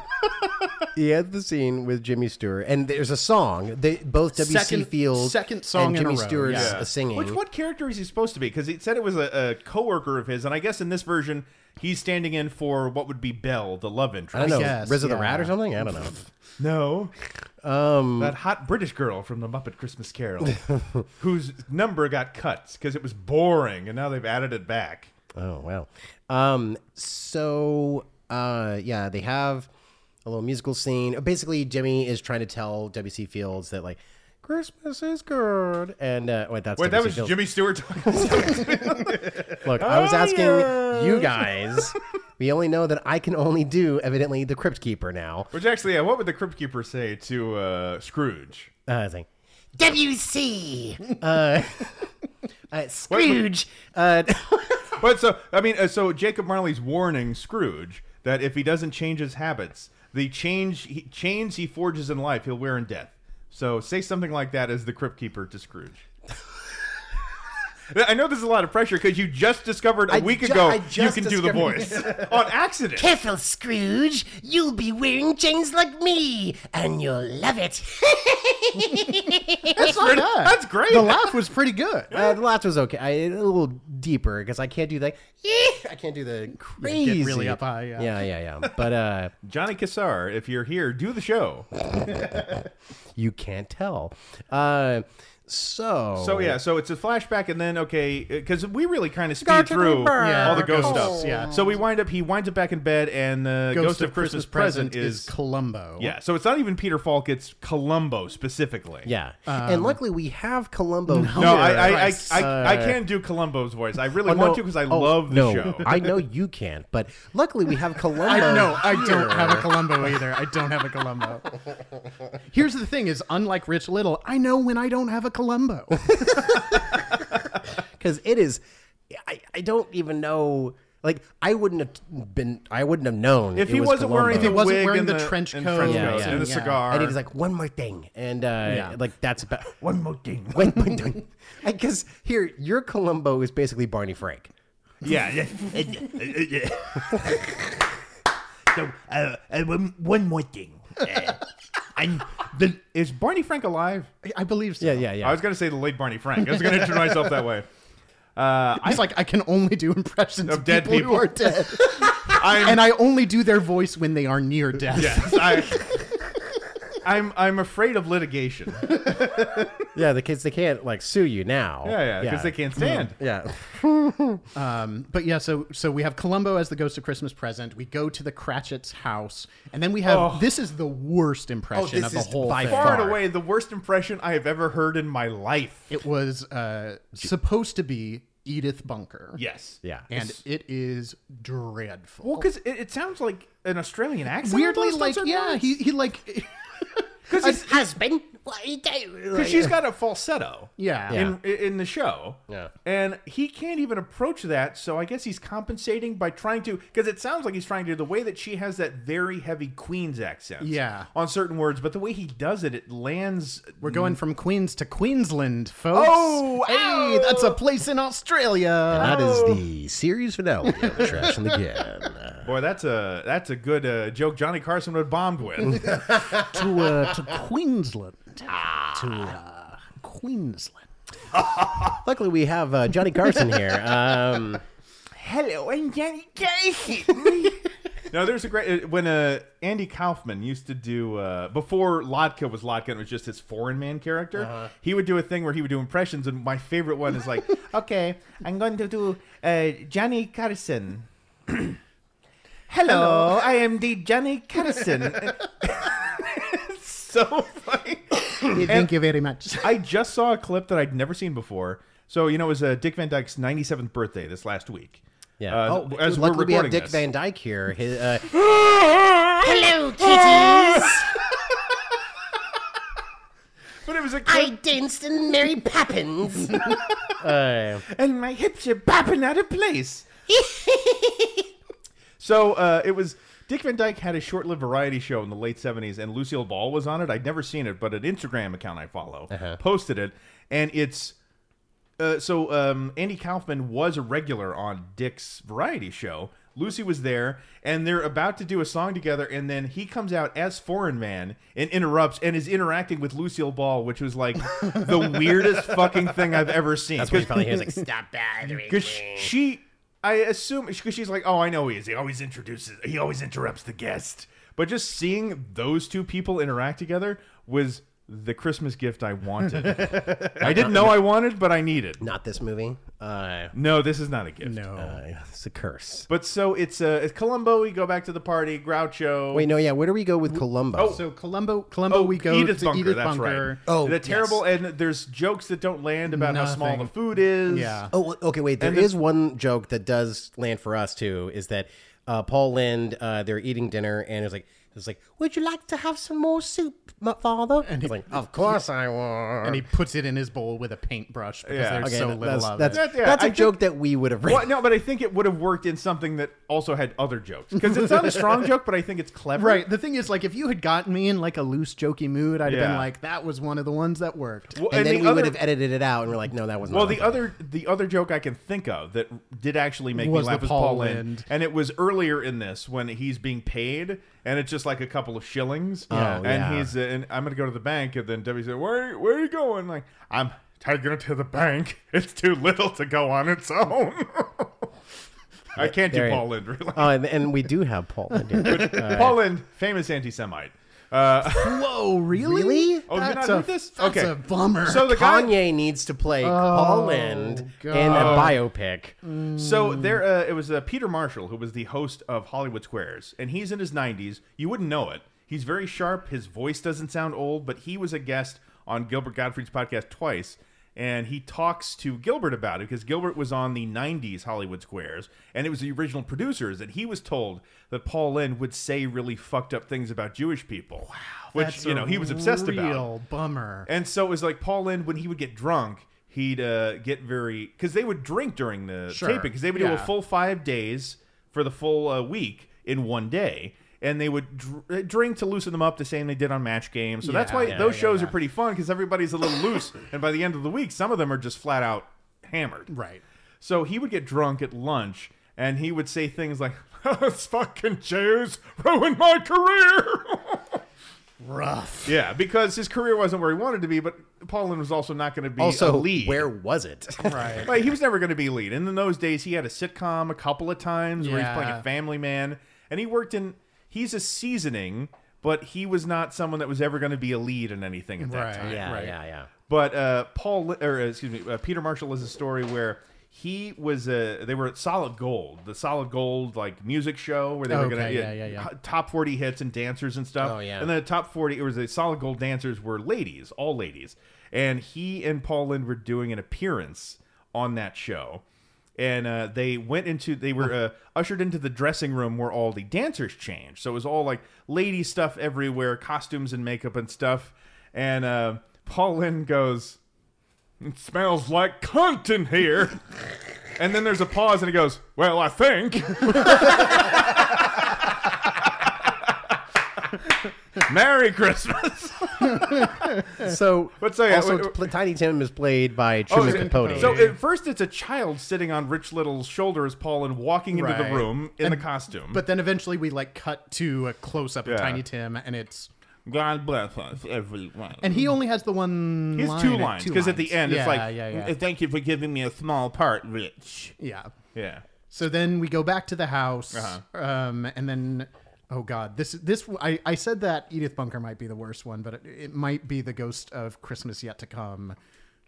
B: he had the scene with Jimmy Stewart, and there's a song. They both WC
D: Second-
B: Fields,
D: second
B: and
D: song in a
B: Jimmy
D: row,
B: Stewart's
D: yeah.
B: uh, singing.
C: Which what character is he supposed to be? Because he said it was a, a coworker of his, and I guess in this version he's standing in for what would be Belle, the love
B: I don't
C: interest.
B: know,
D: guess,
B: Riz of the
D: yeah.
B: Rat or something. I don't know.
C: No,
B: Um,
C: that hot British girl from the Muppet Christmas Carol, whose number got cut because it was boring, and now they've added it back.
B: Oh wow. Um. So, uh, yeah, they have a little musical scene. Basically, Jimmy is trying to tell W.C. Fields that like Christmas is good, and uh, wait, that's
C: Wait, that
B: W.C.
C: was
B: Fields.
C: Jimmy Stewart talking.
B: Look, I was asking you guys. we only know that I can only do evidently the Crypt Keeper now.
C: Which actually, yeah, what would the Crypt Keeper say to uh, Scrooge?
B: Uh, it's like W.C. Uh, uh, Scrooge. Uh,
C: But so I mean, uh, so Jacob Marley's warning Scrooge that if he doesn't change his habits, the change he, chains he forges in life, he'll wear in death. So say something like that as the crypt keeper to Scrooge. I know there's a lot of pressure because you just discovered a
B: I
C: week
B: ju-
C: ago
B: I
C: you
B: just
C: can do the
B: discovered-
C: voice on accident.
B: Careful, Scrooge. You'll be wearing chains like me, and you'll love it.
D: That's not bad.
C: That's great.
D: The laugh was pretty good.
B: Uh, the last was okay. I, a little deeper because I can't do like yeah, I can't do the crazy.
D: really up high, yeah.
B: yeah, yeah, yeah. But uh,
C: Johnny Cassar, if you're here, do the show.
B: you can't tell. Uh, so
C: So yeah, so it's a flashback, and then okay, because we really kind of speed through
D: Yeah,
C: all the ghost
D: ghosts,
C: stuff.
D: yeah.
C: So we wind up. He winds up back in bed, and the ghost, of, Christmas, Present is.
D: Columbo.
C: yeah, so it's not even Peter Falk; it's Columbo specifically.
B: yeah. and luckily we have Columbo. No,
C: Um, No, I I, I, I, I can do Columbo's voice. I really want to because I love the
B: oh, no,
C: show.
B: I know you can't, but luckily we have Columbo.
D: I no, I don't have a Columbo either. I don't have a Columbo. Here's the thing: is unlike Rich Little, I know when I don't have a Columbo.
B: because it is. I, I don't even know. Like I wouldn't have been. I wouldn't have known
C: if
B: it
C: he
B: was
C: wasn't wearing,
B: Columbo.
C: the
D: If he wasn't
C: wig
D: wearing
C: and
D: the trench
C: and
D: coat
C: fringe
B: Yeah,
C: coats
B: yeah.
C: and the
B: Yeah.
C: cigar,
B: And he's like, one more thing. And uh, like, that's about
C: one more thing.
B: one more thing. Because here, your Columbo is basically Barney Frank.
C: Yeah, yeah. so, uh, uh, one, one more thing. Uh, I'm the, is Barney Frank alive?
D: I believe so.
B: Yeah, yeah, yeah.
C: I was going to say the late Barney Frank. I was going to introduce myself that way. Uh,
D: He's like, I can only do impressions
C: Of
D: of,
C: dead
D: people,
C: people.
D: who are dead,
C: I'm,
D: and I only do their voice when they are near death.
C: yes, I, I'm I'm afraid of litigation. Yeah,
B: Yeah, the kids, they can't, like, sue you now.
C: yeah, because they can't stand.
B: Yeah.
D: But yeah, so so we have Columbo as the ghost of Christmas present. We go to the Cratchit's house, and then we have
C: Oh.
D: this is the worst impression
B: this
D: of the
B: is
D: whole
B: by
D: thing.
C: Far and away, the worst impression I have ever heard in my life.
D: It was uh, supposed to be Edith Bunker.
C: Yes.
B: Yeah.
D: and it is dreadful.
C: Well, because it, it sounds like an Australian accent.
D: Weirdly,
C: almost on
D: like
C: certain
D: yeah,
C: parts.
D: he he like
B: husband, what are you doing?
C: Because she's got a falsetto.
D: Yeah.
C: In in the show.
B: Yeah.
C: And he can't even approach that, so I guess he's compensating by trying to because it sounds like he's trying to the way that she has that very heavy Queen's accent.
D: Yeah.
C: On certain words, but the way he does it, it lands
D: we're going from Queens to Queensland, folks.
C: Oh,
D: hey,
C: ow.
D: that's a place in Australia.
B: That is the series finale of Trash in the Can.
C: Boy, that's a that's a good uh, joke Johnny Carson would bomb with.
D: to uh, to Queensland. To uh, Queensland.
B: Luckily, we have uh, Johnny Carson here. Um,
C: Hello, I'm Johnny Carson. no, there's a great uh, when uh, Andy Kaufman used to do uh, before Lotka was Lotka and it was just his foreign man character. He would do a thing where he would do impressions, and my favorite one is like, "Okay, I'm going to do uh, Johnny Carson." Hello, I am the Johnny Carson. so funny.
D: Thank you very much.
C: I just saw a clip that I'd never seen before. So you know, it was uh, Dick Van Dyke's 97th birthday this last week.
B: yeah.
C: Uh,
B: oh,
C: as we're
B: luckily we have
C: recording
B: Dick
C: this.
B: Van Dyke here. His, uh,
F: Hello,
D: Oh.
F: kitties.
C: But it was a
F: I
C: clip,
F: danced in Mary Poppins.
B: uh,
C: and my hips are bopping out of place. so uh, it was Dick Van Dyke had a short-lived variety show in the late 70s, and Lucille Ball was on it. I'd never seen it, but an Instagram account I follow posted it, and it's. Uh, so um, Andy Kaufman was a regular on Dick's variety show. Lucy was there, and they're about to do a song together, and then he comes out as Foreign Man and interrupts and is interacting with Lucille Ball, which was like the weirdest fucking thing I've ever seen.
B: that's what he probably hears. Like, stop.
C: Because she, I assume, because she's like, oh, I know he is. He always introduces, he always interrupts the guest. But just seeing those two people interact together was the Christmas gift I wanted. I didn't know I wanted, but I needed.
B: Not this movie. Uh,
C: No, this is not a gift.
D: No.
B: uh, it's a curse.
C: But so it's uh, it's Columbo. We go back to the party. Groucho.
B: Wait, no, yeah. Where do we go with Columbo?
C: Oh.
D: So Columbo, Columbo, oh, we go
C: Edith
D: to
C: Bunker.
D: Edith
C: that's
D: Bunker. Oh,
C: right. the terrible. And there's jokes that don't land about how small the
D: Nothing.
C: food is.
D: Yeah.
B: Oh, well, okay. Wait, there is
C: the-
B: one joke that does land for us too. Is that uh, Paul Lind? Uh, they're eating dinner, and it's like it's like, "Would you like to have some more soup, my father?" And he's like, "Of course I would."
D: And he puts it in his bowl with a paintbrush because
C: Yeah.
D: there's
B: Okay,
D: so
B: that-
D: little
B: that's,
D: of
B: that's,
D: it.
C: That- yeah,
B: that's a
C: I think-
B: joke that we would have read.
C: Well, no, but I think it would have worked in something that also had other jokes because it's not a strong joke, but I think it's clever.
D: Right. The thing is, like, if you had gotten me in like a loose, jokey mood, I'd have
C: Yeah.
D: been like, "That was one of the ones that worked."
C: Well,
B: and, then
C: the
B: we
C: other-
B: would have edited it out, and we're like, "No, that was not."
C: Well,
B: on
C: the
B: purpose."
C: other the other joke I can think of that did actually make
D: Was
C: me
D: the
C: laugh is
D: Paul
C: Paul Lynde.
D: Lynde.
C: and it was earlier in this when he's being paid, and it's just like a couple of shillings,
B: Yeah. Oh,
C: and
B: yeah.
C: he's uh, and I'm gonna go to the bank, and then Debbie said, "Where where are you going?" Like I'm taking it to the bank. It's too little to go on its own. I can't
B: There
C: do
B: you-
C: Paul Lynde really.
B: Oh, and, and we do have Paul Lind. here.
C: Paul Lynde, famous anti-Semite. Uh,
D: Whoa, really?
B: Really?
C: oh, did you not
D: a-
C: read this?
D: That's
C: okay,
D: a bummer.
C: so the guy
B: Kanye needs to play Paul Lind in a biopic.
C: So there, uh, it was uh, Peter Marshall who was the host of Hollywood Squares, and he's in his 90s. You wouldn't know it. He's very sharp. His voice doesn't sound old, but he was a guest on Gilbert Gottfried's podcast twice, and he talks to Gilbert about it because Gilbert was on the 90s Hollywood Squares, and it was the original producers that he was told that Paul Lynde would say really fucked up things about Jewish people. Wow, which
D: That's
C: you
D: a
C: know he was obsessed about.
D: Real bummer.
C: And so it was like Paul Lind, when he would get drunk, he'd uh, get very because they would drink during the
D: Sure.
C: taping because they would do a
D: Yeah.
C: full five days for the full uh, week in one day. And they would dr- uh, drink to loosen them up the same they did on Match Game. So that's
D: Yeah,
C: why
D: yeah,
C: those
D: yeah,
C: shows
D: yeah.
C: are pretty fun because everybody's a little loose. And by the end of the week, some of them are just flat out hammered.
D: Right.
C: So he would get drunk at lunch and he would say things like, Those fucking Jews ruined my career.
D: Rough.
C: Yeah, because his career wasn't where he wanted to be, but Paulin was also not going to be a
B: Also,
C: lead.
B: where was it?
D: Right.
C: Like, he was never going to be lead. And in those days, he had a sitcom a couple of times where he's playing a
D: Yeah.
C: family man, and he worked in. He's a seasoning, but he was not someone that was ever going to be a lead in anything at that
D: Right.
C: time.
B: yeah,
D: Right.
B: yeah, yeah.
C: But uh, Paul, or uh, excuse me, uh, Peter Marshall is a story where he was. Uh, they were at Solid Gold, the Solid Gold like music show where they were
D: Okay,
C: gonna
D: yeah, yeah, yeah.
C: h- top forty hits and dancers and stuff.
B: Oh, yeah.
C: And then the top forty, it was the Solid Gold dancers were ladies, all ladies, and he and Paul Lind were doing an appearance on that show. And uh, they went into they were uh, ushered into the dressing room where all the dancers changed. So it was all like lady stuff everywhere, costumes and makeup and stuff. And uh, Paul Lynn goes, "It smells like cunt in here." and then there's a pause, and he goes, "Well, I think." Merry Christmas.
B: So,
C: But so, yeah,
B: also,
C: wait, wait.
B: Pl- Tiny Tim is played by Truman
C: so-
B: Capote.
C: Oh, So at first, it's a child sitting on Rich Little's shoulder as Paul and walking into
D: Right.
C: the room in the costume.
D: But then eventually we like cut to a close up
C: Yeah.
D: of Tiny Tim, and it's
C: God bless us, everyone.
D: and he only has the one.
C: He has
D: line,
C: two lines because at the end
D: yeah,
C: it's like, "Mm,
D: yeah, yeah,
C: "Thank you for giving me a small part, Rich."
D: yeah.
C: Yeah.
D: So then we go back to the house,
C: Uh-huh.
D: um, and then oh god, this this I, I said that Edith Bunker might be the worst one, but it, it might be the ghost of Christmas yet to come,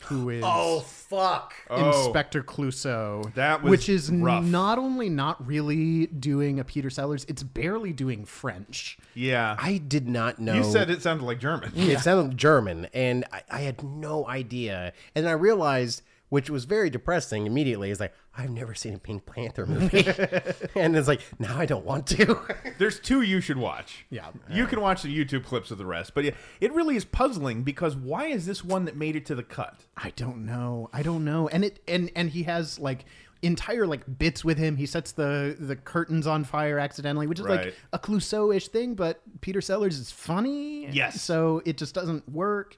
D: who is
C: Oh,
B: Oh, fuck.
D: Oh. Inspector Clouseau.
C: That was
D: which is
C: rough.
D: not only not really doing a Peter Sellers, it's barely doing French.
C: Yeah.
B: I did not know.
C: you said it sounded like German.
B: It sounded German, and I, I had no idea. And then I realized, which was very depressing immediately, is like, I've never seen a Pink Panther movie. and it's like, now I don't want to.
C: There's two you should watch.
D: Yeah.
C: You can watch the YouTube clips of the rest, but yeah, it really is puzzling because why is this one that made it to the cut?
D: I don't know. I don't know. And it and and he has like entire like bits with him. He sets the the curtains on fire accidentally, which is
C: Right.
D: like a Clouseau-ish thing, but Peter Sellers is funny.
C: Yes.
D: So it just doesn't work.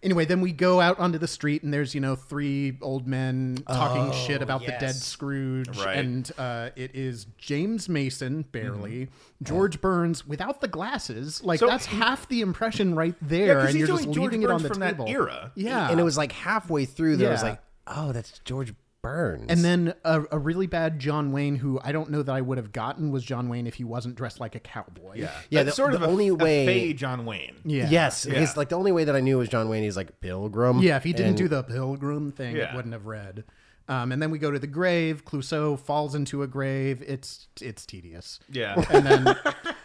D: Anyway, then we go out onto the street and there's, you know, three old men talking shit about the dead
B: yes.
D: Scrooge.
C: Oh, Right.
D: And uh, it is James Mason, barely, George Burns without the glasses. Like,
C: Mm-hmm. So-
D: that's half the impression right
C: Yeah,
D: there. and
C: 'cause he's
D: you're
C: doing
D: just
C: George
D: leaving it on
C: Burns
D: the
C: from
D: table.
C: that era.
D: Yeah.
B: And it was like halfway through that I was
D: Yeah.
B: like, oh, that's George Burns.
D: And then a, a really bad John Wayne, who I don't know that I would have gotten, was John Wayne if he wasn't dressed like a cowboy.
C: Yeah,
B: Yeah,
C: That's
B: the-
C: sort of
B: the
C: a,
B: only
C: a
B: way-
C: fey John Wayne.
D: Yeah.
B: Yes,
C: Yeah.
B: his- like the only way that I knew was John Wayne. He's like Pilgrim.
D: Yeah, if he didn't
B: and-
D: do the pilgrim thing,
C: Yeah.
D: it wouldn't have read. Um, and then we go to the grave. Clouseau falls into a grave. It's it's tedious.
C: Yeah.
D: And then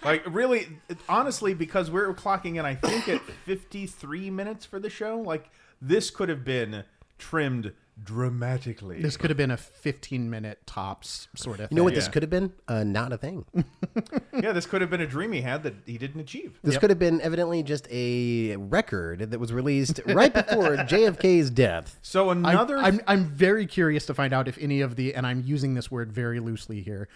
C: like really honestly because we're clocking in i think at 53 minutes for the show like this could have been trimmed dramatically
D: this could have been a 15 minute tops sort of
B: you know what
D: thing.
B: this
C: Yeah.
B: could have been? Uh, not a thing.
C: yeah this could have been a dream he had that he didn't achieve
B: This could have been evidently just a record that was released right before JFK's death.
C: so
D: I'm-
C: another
D: I'm, I'm very curious to find out if any of the, and I'm using this word very loosely here,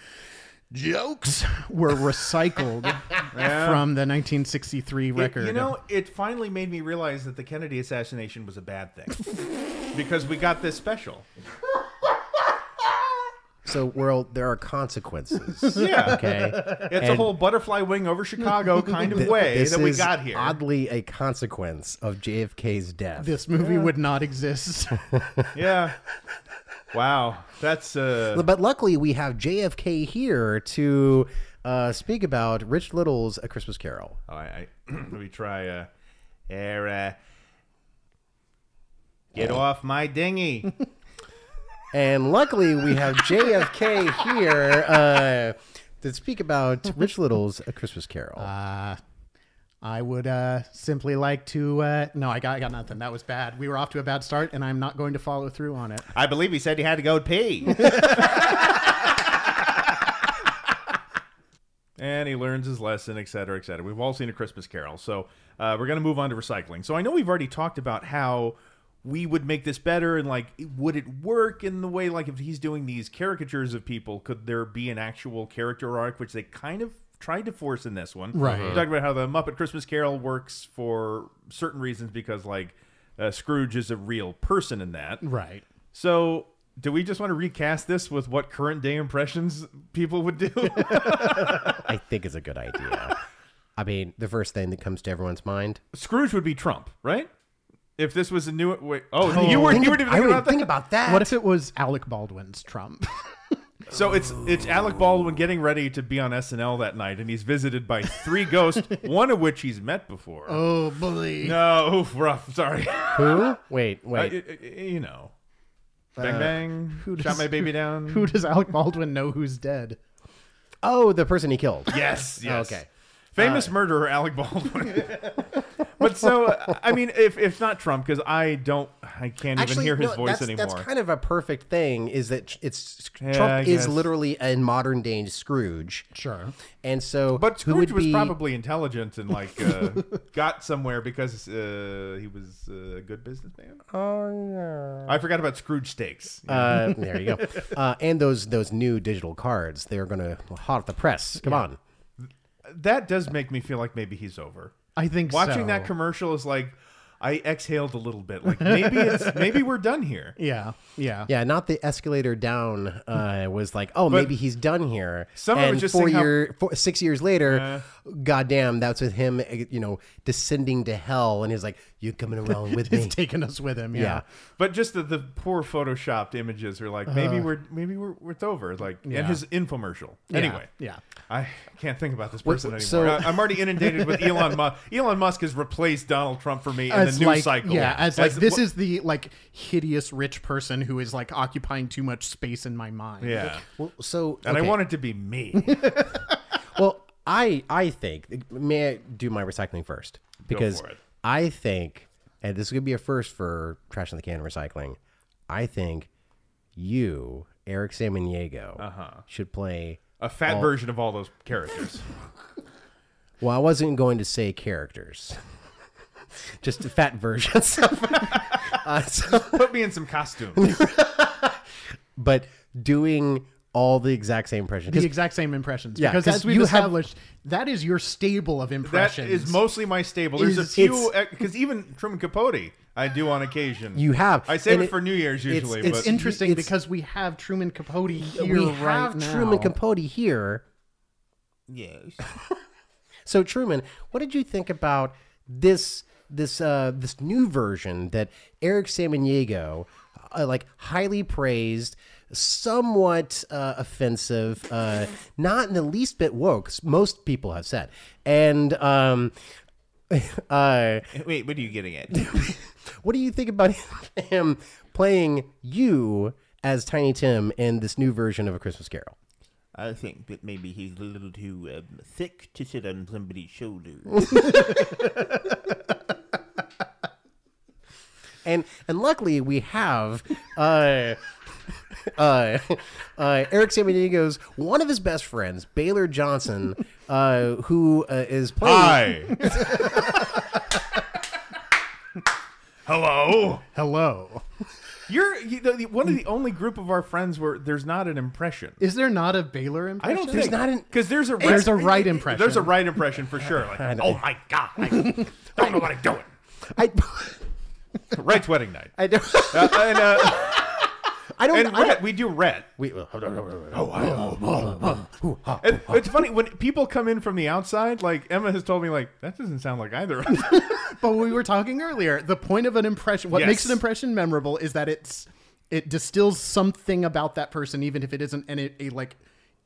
D: jokes were recycled from the 1963
C: It-
D: record.
C: you know it finally made me realize that the kennedy assassination was a bad thing because we got this special
B: So, world, there are consequences.
C: yeah
B: Okay,
C: it's a
B: And-
C: whole butterfly wing over chicago kind of way
B: this
C: that we
B: is
C: got here
B: Oddly, a consequence of JFK's death.
D: this movie would not exist.
C: yeah wow that's uh
B: But luckily, we have JFK here to uh, speak about Rich Little's A Christmas Carol.
C: All right, Oh, I, let me try. Uh, air, uh, get off my dinghy.
B: And luckily, we have JFK here uh, to speak about Rich Little's A Christmas Carol.
D: I would uh, simply like to. Uh, no, I got, I got nothing. That was bad. We were off to a bad start, and I'm not going to follow through on it.
C: I believe he said he had to go pee. and he learns his lesson, et cetera, et cetera. We've all seen A Christmas Carol. So uh, we're going to move on to recycling. So I know we've already talked about how we would make this better and like would it work in the way like if he's doing these caricatures of people could there be an actual character arc which they kind of tried to force in this one
D: Right.
C: We talked about how the muppet christmas carol works for certain reasons because like uh, scrooge is a real person in that
D: Right.
C: so, do we just want to recast this with what current day impressions people would do?
B: I think it's a good idea. I mean, the first thing that comes to everyone's mind.
C: Scrooge would be Trump, right? If this was a new wait, oh, you were
B: Think
C: you were
B: ab-
C: thinking
B: I didn't
C: about that.
B: think about that.
D: What if it was Alec Baldwin's Trump?
C: So it's it's Alec Baldwin getting ready to be on SNL that night, and he's visited by three ghosts, one of which he's met before. Oh,
D: oh, bully.
C: no, oof, rough. Sorry,
B: Who? Wait,
C: I-
B: wait.
C: I- I- you know, bang bang, who shot
D: does-
C: my baby down.
D: Who does Alec Baldwin know who's dead?
B: oh, the person he killed.
C: Yes, yes.
B: okay. Uh,
C: Famous murderer Alec Baldwin. but so I mean, if if not Trump, because I don't, I can't even hear his
B: no,
C: voice
B: that's,
C: anymore.
B: That's kind of a perfect thing. Is that tr- it's
C: Yeah, I
B: Trump
C: guess.
B: is literally a modern day Scrooge,
D: Sure.
B: and so
C: but
B: who would
C: Scrooge was
B: be-
C: probably intelligent and like uh, got somewhere because uh, he was uh, a good businessman. I forgot about Scrooge steaks.
B: Oh, Uh, there you go. Uh, and those those new digital cards, they're going to hot off the press. Come on.
C: that does make me feel like maybe he's over.
D: I think
C: Watching that
D: so.
C: commercial is like I exhaled a little bit. Like maybe it's maybe we're done here.
D: Yeah. Yeah.
B: Yeah, not the escalator down uh, was like, oh, maybe he's done here.
C: Some of it
B: and
C: just
B: four
C: saying how-
B: year, four, six years later, goddamn, that's with him, eh, you know, descending to hell, and he's like, "You're coming along with me."
D: He's taking us with him.
B: Yeah.
D: Yeah.
C: But just the, the poor photoshopped images are like maybe we're maybe we're it's over. Like and his infomercial. Anyway.
D: Uh-huh. Yeah.
C: I can't think about this person
B: wait,
C: anymore.
B: so-
C: I, am already inundated with Elon Musk. Elon Musk has replaced Donald Trump for me in
D: As
C: the news
D: like,
C: cycle.
D: Yeah, as like this
C: wha-
D: is the like hideous rich person who is like occupying too much space in my mind.
C: yeah.
B: Well, so
C: And I
B: okay.
C: want it to be me.
B: Well, I I think may I do my recycling first because
C: for it.
B: I think, and this is gonna be a first for trash in the can recycling. I think you, Eric Samaniego,
C: Uh-huh.
B: should play.
C: A fat
D: Oh.
C: version of all those characters.
B: Well, I wasn't going to say characters, just the fat versions. of- uh, so-
C: Put me in some costumes.
B: but doing all the exact same impression.
D: The exact same impressions.
B: Yeah,
D: because
B: 'cause
D: as we've
B: you have-
D: established, that is your stable of
C: That
D: impressions.
C: is mostly my stable. There's a
D: Is-
C: few because even Truman Capote I do on occasion.
B: You have.
C: I save
B: And
C: it,
B: it-
C: for New Year's
B: it's-
C: usually.
B: it's
C: but
D: interesting
B: it's-
D: because we have Truman Capote here
B: we
D: right
B: have
D: now.
B: Truman Capote here.
C: yes.
B: So Truman, what did you think about this this uh, this new version that Eric Samaniego, uh, like highly praised, somewhat uh, offensive, uh, not in the least bit woke. s- Most people have said, and um, uh,
G: Wait, what are you getting at?
B: what do you think about him playing you as Tiny Tim in this new version of A Christmas Carol?
G: I think that maybe he's a little too um, thick to sit on somebody's shoulder.
B: and and luckily we have uh uh, uh, Eric Samanigo's one of his best friends, Baylor Johnson, uh, who uh, is playing.
C: Hi. Hello.
D: Hello.
C: You're you, the, the- one of the only group of our friends where there's not an impression.
D: Is there not a Baylor
C: I
D: impression?
C: don't
B: There's
C: think
B: not an-
C: because there's a right,
D: There's a right impression.
C: There's a right impression for sure. Like, oh my god, I don't know what I'm doing.
B: I,
C: Rhett's wedding night.
B: I don't.
C: Uh, and uh,
B: I don't.
C: and
B: I
C: Rhett, Oh,
B: don't
C: we do Rhett.
B: we, oh,
C: And it's funny when people come in from the outside. Like Emma has told me, like that doesn't sound like either. of us.
D: But we were talking earlier. The point of an impression, what
C: Yes.
D: makes an impression memorable, is that it's it distills something about that person, even if it isn't an, a, a like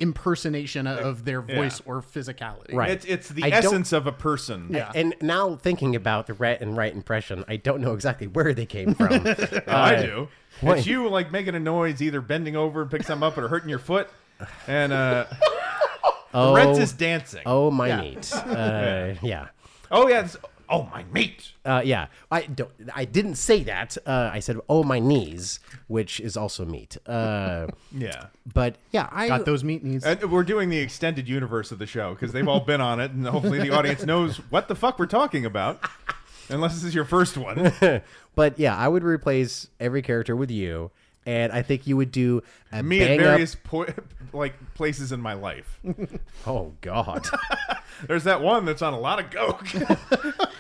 D: impersonation of their voice or physicality.
B: Right.
C: It's it's the
B: I don't-
C: essence of a person.
D: Yeah.
B: and now thinking about the Rhett and right impression, I don't know exactly where they came from.
C: Uh, I do. It's you like making a noise, either bending over and pick something up or hurting your foot. And uh,
B: oh,
C: Rhett's is dancing. Oh,
B: oh my meat. Uh, yeah.
C: yeah. It's, oh my meat.
B: Uh, yeah, I don't. I didn't say that. Uh, I said, "Oh, my knees," which is also meat. Uh,
C: Yeah.
B: but yeah, I
D: Got those meat knees.
C: And we're doing the extended universe of the show because they've all been on it, and hopefully the audience knows what the fuck we're talking about. Unless this is your first one.
B: But yeah, I would replace every character with you, and I think you would do a
C: Me at
B: bang
C: various po- like places in my life.
B: Up, oh God!
C: There's that one that's on a lot of coke.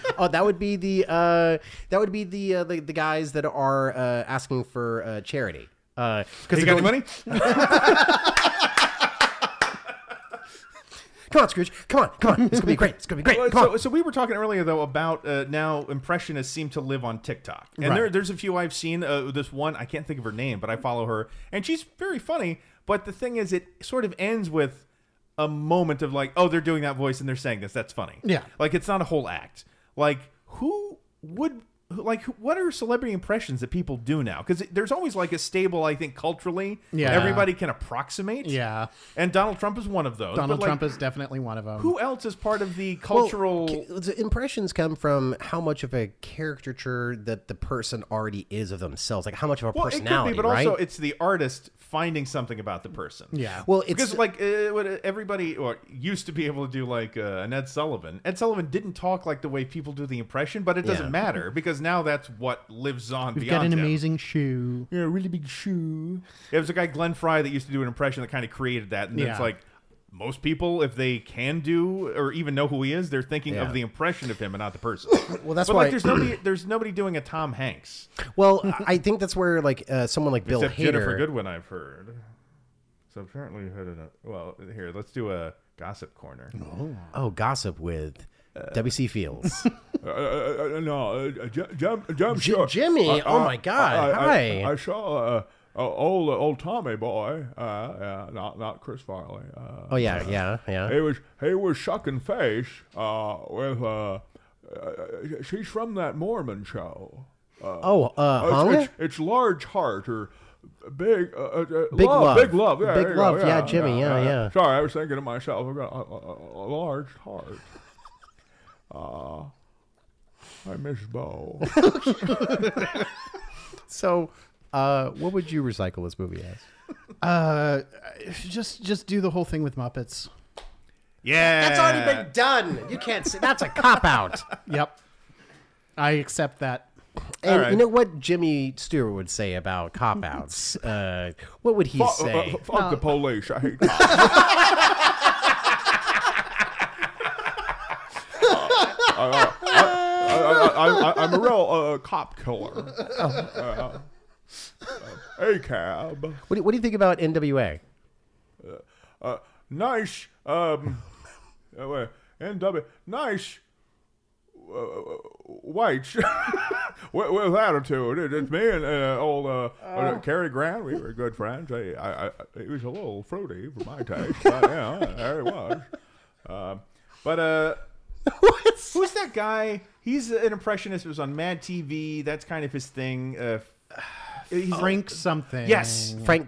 B: oh, that would be the uh, that would be the uh, the, the guys that are uh, asking for uh, charity. Because
C: you got any money?
B: Come on, Scrooge! Come on! Come on! It's gonna be great! It's gonna be
C: Well,
B: great! Come
C: so,
B: on!
C: so we were talking earlier though about uh, now impressionists seem to live on TikTok, and there, there's a few I've seen. Uh, this one I can't think of her name, but I follow her, and she's very funny. But the thing is, it sort of ends with a moment of like, oh, they're doing that voice and they're saying this. That's funny.
D: Yeah.
C: like it's not a whole act. Like who would who- like who- what are celebrity impressions that people do now? Because there's always like a stable, I think, culturally.
D: Yeah.
C: everybody can approximate.
D: yeah,
C: and Donald Trump is one of those.
D: Donald
C: but, like,
D: Trump is definitely one of them.
C: Who else is part of the
B: Well,
C: cultural?
B: ca- the impressions come from how much of a caricature that the person already is of themselves, like how much of a
C: Well, it could
B: personality,
C: be, but
B: right?
C: also it's the artist finding something about the person.
D: Yeah.
B: well, it's
C: because like uh, what uh, everybody or used to be able to do like uh, an Ed Sullivan. Ed Sullivan didn't talk like the way people do the impression, but it doesn't
B: Yeah.
C: matter because now that's what lives on.
D: We've got an
C: beyond him.
D: amazing shoe.
C: Yeah, a really big shoe. It was a guy Glenn Fry that used to do an impression that kind of created that, and it's
D: Yeah.
C: like. Most people, if they can do or even know who he is, they're thinking
B: Yeah.
C: of the impression of him and not the person.
B: Well, that's
C: but
B: why-
C: like, there's nobody, there's nobody doing a Tom Hanks
B: Well, I think that's where like uh, someone like Bill
C: Except Jennifer
B: Hader.
C: Goodwin, I've heard. So apparently you heard
H: uh,
C: it. Well, here, let's do a gossip corner.
B: Oh, gossip with W.C. Fields.
H: Uh, uh, uh, no, uh, Jim, Jim, Jim,
B: J-
H: sure.
B: Jimmy,
H: I-
B: oh
H: I-
B: my God,
H: I, I,
B: hi.
H: I, I saw uh, uh, old old Tommy boy, uh, uh, not not Chris Farley. Uh,
B: oh yeah, yeah, yeah.
H: He was he was sucking face uh, with uh, uh, she's from that Mormon show.
B: Oh, uh,
H: Uh,
B: Hung?
H: it's, it's, it's large heart or big, uh, uh,
B: Big love.
H: big love, yeah,
B: Big
H: there you go,
B: love, yeah, Jimmy, yeah, yeah.
H: Sorry, I was thinking to myself, I've got a, a, a large heart. Uh, I miss Bo.
B: So, uh, what would you recycle this movie as?
D: Uh, just just do the whole thing with Muppets.
C: Yeah,
B: That's already been done. You can't say that's a cop out.
D: Yep, I accept that.
B: And
C: right.
B: you know what Jimmy Stewart would say about cop outs? Uh, what would he
H: fuck, uh,
B: say?
H: fuck the police. I hate cops. Uh, I, am a real uh, cop killer. Uh, uh, ACAB.
B: What do, what do you think about NWA?
H: uh, nice um uh, wait, NW nice uh, whites with, with attitude. It, it's me and uh, old uh, uh, Cary Grant. We were good friends. I, I, I, he was a little fruity for my taste, but yeah, there he was. Uh,
C: But uh, who's that guy? He's an impressionist. It was on Mad TV. That's kind of his thing. Uh, he's
D: Frank something.
C: Yes,
B: Frank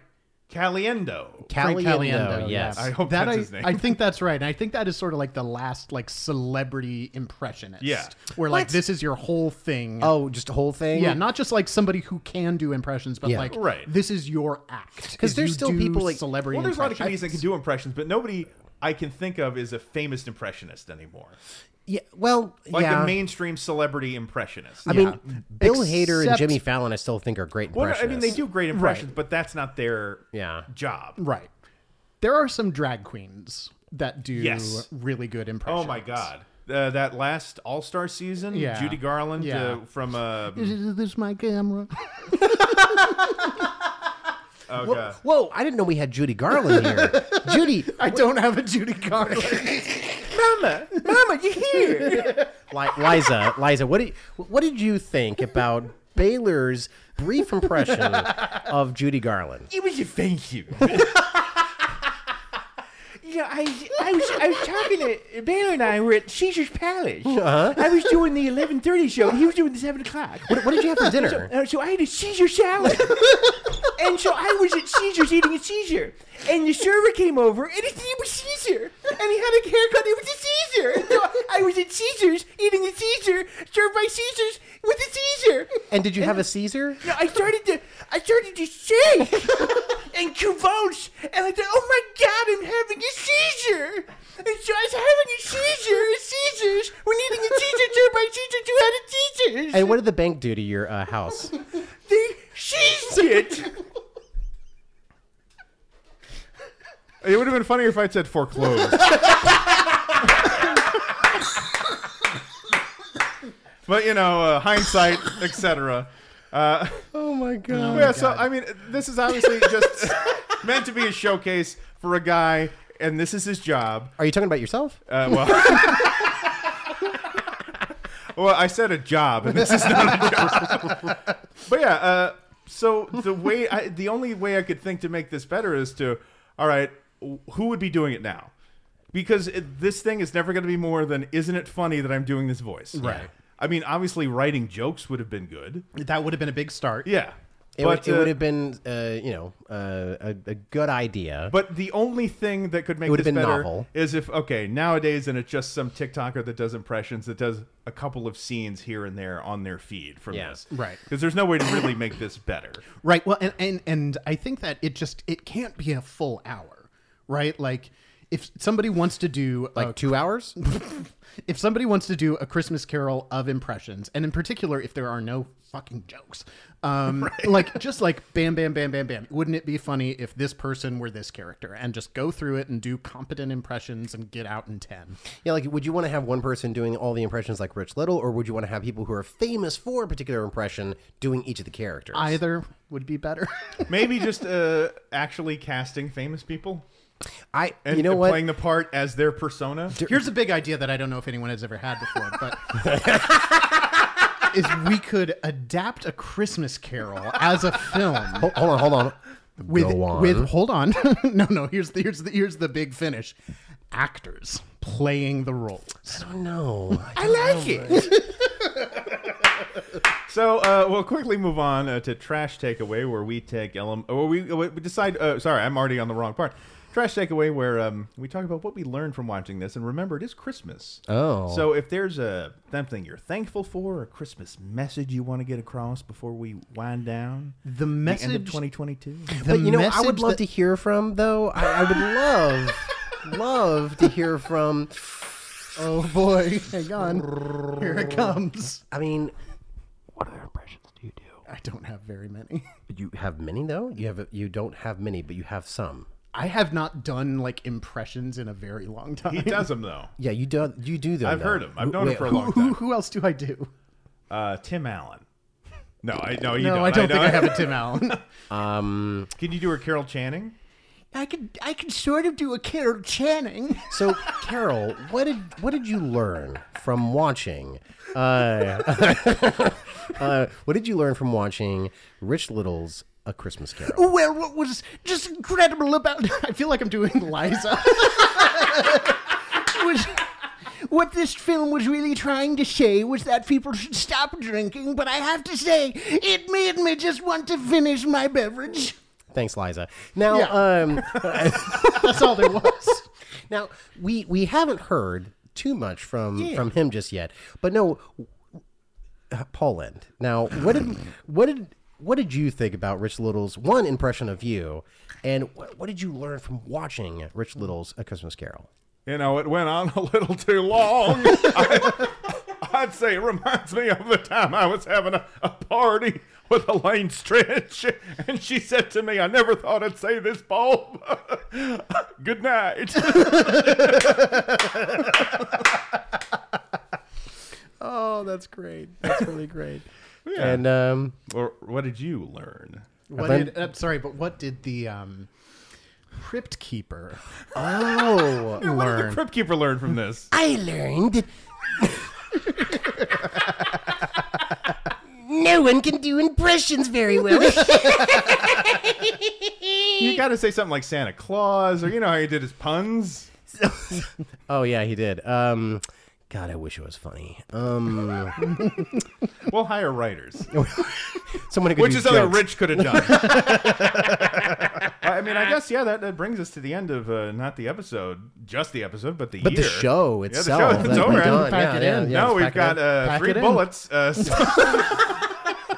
C: Caliendo.
D: Frank
B: Caliendo.
D: Caliendo.
B: yes.
C: I hope
D: that I,
C: that's his name.
D: I think that's right. And I think that is sort of like the last like celebrity impressionist.
C: Yeah.
D: Where like
B: What?
D: this is your whole thing.
B: Oh, just a whole thing.
D: Yeah, not just like somebody who can do impressions, but
B: Yeah.
D: like
C: Right.
D: this is your act.
B: 'Cause
D: is
B: there's
D: you
B: still
D: do
B: people, like-
D: celebrity.
C: well, there's a lot of comedians
D: impressions.
C: that can do impressions, but nobody I can think of is a famous impressionist anymore.
B: yeah. Well,
C: Like
B: yeah.
C: a mainstream celebrity impressionist.
B: I mean, Bill Hader and
D: Except-
B: Jimmy Fallon, I still think are great
C: Well, no,
B: impressionists.
C: I mean, they do great impressions, but that's not their
B: Yeah.
C: job.
D: right. There are some drag queens that do
C: Yes.
D: really good impressions.
C: Oh my God. Uh, that last All Star season,
D: Yeah.
C: Judy Garland
D: Yeah.
C: uh, from uh,
D: Is this my camera?
C: oh,
B: Whoa,
C: God.
B: whoa, I didn't know we had Judy Garland here. Judy,
D: I don't have a Judy Garland.
B: Mama, Mama, you here? Liza, Liza, what did what did you think about Baylor's brief impression of Judy Garland?
G: It was a thank you. Yeah, I, I was I was talking to Baylor and I were at Caesar's Palace.
C: Uh-huh.
G: I was doing the eleven thirty show and he was doing the seven o'clock.
B: What, what did you have for dinner?
G: Uh, so I had a Caesar salad. and so I was at Caesar's eating a Caesar. And the server came over and his name was Caesar. And he had a haircut, it was a Caesar. And so I was at Caesar's eating a Caesar, served by Caesar's with a Caesar.
B: And did you have a Caesar?
G: No, I started to, I started to shake and convulse, and I thought, oh my god, I'm having a seizure. And so I was having a seizure, a seizures. We're needing a seizure too. My seizure too had a seizure.
B: And what did the bank do to your uh, house?
G: they seized it.
C: It would have been funnier if I'd said foreclosed. but you know, uh, hindsight, etc. Uh,
B: Oh my god!
C: yeah, so I mean, this is obviously just meant to be a showcase for a guy, and this is his job.
B: Are you talking about yourself?
C: Uh, well, Uh, well, I said a job, and this is not a job. but yeah, uh, so the way I, the only way I could think to make this better is to, all right, who would be doing it now? Because it, this thing is never going to be more than, isn't it funny that I'm doing this voice? Right. I mean, obviously, writing jokes would have been good.
D: that would have been a big start.
C: Yeah.
B: It,
C: but
B: would, it
C: uh,
B: would have been, uh, you know, uh, a, a good idea.
C: But the only thing that could make
B: would
C: this
B: have been
C: better
B: novel.
C: is if okay nowadays, and it's just some TikToker that does impressions that does a couple of scenes here and there on their feed from
B: Yeah.
C: this,
D: Right.
C: Because there's no way to really make this better.
D: Right. Well, and, and and I think that it just it can't be a full hour, right? Like if somebody wants to do
B: like
D: a,
B: two hours?
D: if somebody wants to do a Christmas Carol of impressions, and in particular if there are no fucking jokes, um, like just like bam, bam, bam, bam, bam. Wouldn't it be funny if this person were this character and just go through it and do competent impressions and get out in ten?
B: Yeah, like would you want to have one person doing all the impressions like Rich Little, or would you want to have people who are famous for a particular impression doing each of the characters?
D: Either would be better.
C: Maybe just uh, actually casting famous people
B: I
C: and,
B: you know
C: and
B: what?
C: playing the part as their persona.
D: Here's a big idea that I don't know if anyone has ever had before, but is we could adapt a Christmas Carol as a film
B: hold on, hold on.
D: with
B: Go on.
D: with hold on. no, no, here's the here's the here's the big finish. Actors playing the roles.
B: no.
G: I like it.
C: So uh, we'll quickly move on uh, to trash takeaway, where we take elem, or we, we decide. Uh, sorry, I'm already on the wrong part. Trash takeaway, where um, we talk about what we learned from watching this, and remember, it is Christmas.
B: Oh.
C: so if there's a something you're thankful for, a Christmas message you want to get across before we wind down,
D: The
C: the end of
D: message
C: 2022.
D: the
B: But you know, I
D: message
B: would love
D: that-
B: to hear from though. I, I would love, love to hear from.
D: Oh boy, hang on. Here it comes.
B: I mean,
D: I don't have very many.
B: you have many though. You have you don't have many, but you have some.
D: I have not done like impressions in a very long time.
C: He does them though.
B: Yeah, you do. You do them.
C: I've
B: though.
C: heard him. I've
B: Wh-
C: known him
B: wait,
C: for a
B: who-
C: long
D: Who
C: time.
D: who else do I do?
C: Uh, Tim Allen. No, I no, you
D: No,
C: don't.
D: I don't think I
C: know.
D: have a Tim Allen.
B: Um,
C: Can you do her Carol Channing?
D: I could I could sort of do a Carol Channing.
B: So, Carol, what did what did you learn from watching? Uh, uh, what did you learn from watching Rich Little's A Christmas Carol?
D: Well, what was just incredible about I feel like I'm doing Liza. was what this film was really trying to say was that people should stop drinking, but I have to say, it made me just want to finish my beverage.
B: Thanks, Liza. Now, um,
D: That's all there was.
B: now we we haven't heard too much from from him just yet, but no, uh, Poland. Now, what did what did what did you think about Rich Little's one impression of you, and what, what did you learn from watching Rich Little's A Christmas Carol?
H: You know, it went on a little too long. I, would say it reminds me of the time I was having a, a party with Elaine Stritch, and she said to me, I never thought I'd say this, Bob. Good night.
B: Oh, that's great. That's really great. And um,
C: Or what did you learn?
D: What
B: Then-
D: did, uh, sorry, but what did the um, crypt keeper
B: oh,
C: What did the Crypt Keeper learn from this?
F: I learned. no one can do impressions very well.
C: You got to say something like Santa Claus, or you know how he did his puns.
B: oh yeah, he did. Um, God, I wish it was funny. Um,
C: We'll hire writers,
B: someone who could
C: which
B: do
C: is something
B: jokes.
C: Rich could have done. I mean, I guess yeah. That, that brings us to the end of uh, not the episode, just the episode, but the
B: But
C: year.
B: the show
C: the
B: itself,
C: show, it's
B: like,
C: over.
B: we're done.
D: Pack
B: Yeah,
D: it
B: yeah,
D: in.
B: yeah,
C: no,
B: let's
C: we've
B: pack it
C: got
B: in.
C: uh,
D: Pack
C: three
D: it in.
C: bullets. Uh, so-